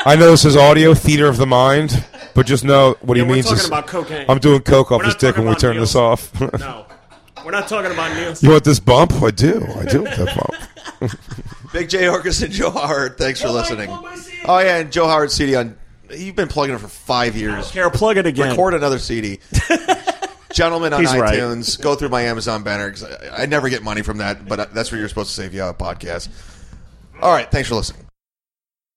Speaker 3: I know this is audio theater of the mind, but just know what
Speaker 2: Yeah,
Speaker 3: he
Speaker 2: we're
Speaker 3: means
Speaker 2: talking
Speaker 3: is
Speaker 2: about cocaine.
Speaker 3: I'm doing coke off
Speaker 2: We're
Speaker 3: his
Speaker 2: not
Speaker 3: dick
Speaker 2: talking
Speaker 3: when we
Speaker 2: about
Speaker 3: turn this
Speaker 2: Nielsen.
Speaker 3: off.
Speaker 2: No. We're not talking about Nielsen.
Speaker 3: You want this bump? I do. I do want that bump.
Speaker 1: Big J Orcus and Joe Howard. Thanks for
Speaker 2: Well, I
Speaker 1: listening.
Speaker 2: plug my CD.
Speaker 3: Uh,
Speaker 1: Oh yeah, and Joe Howard CD on. You've been plugging it for five years.
Speaker 2: Here, plug it again.
Speaker 1: Record another CD. Gentlemen on
Speaker 2: He's right.
Speaker 1: iTunes, go through my Amazon banner 'cause I, I never get money from that, but that's where you're supposed to save you a podcast. All right, thanks for listening.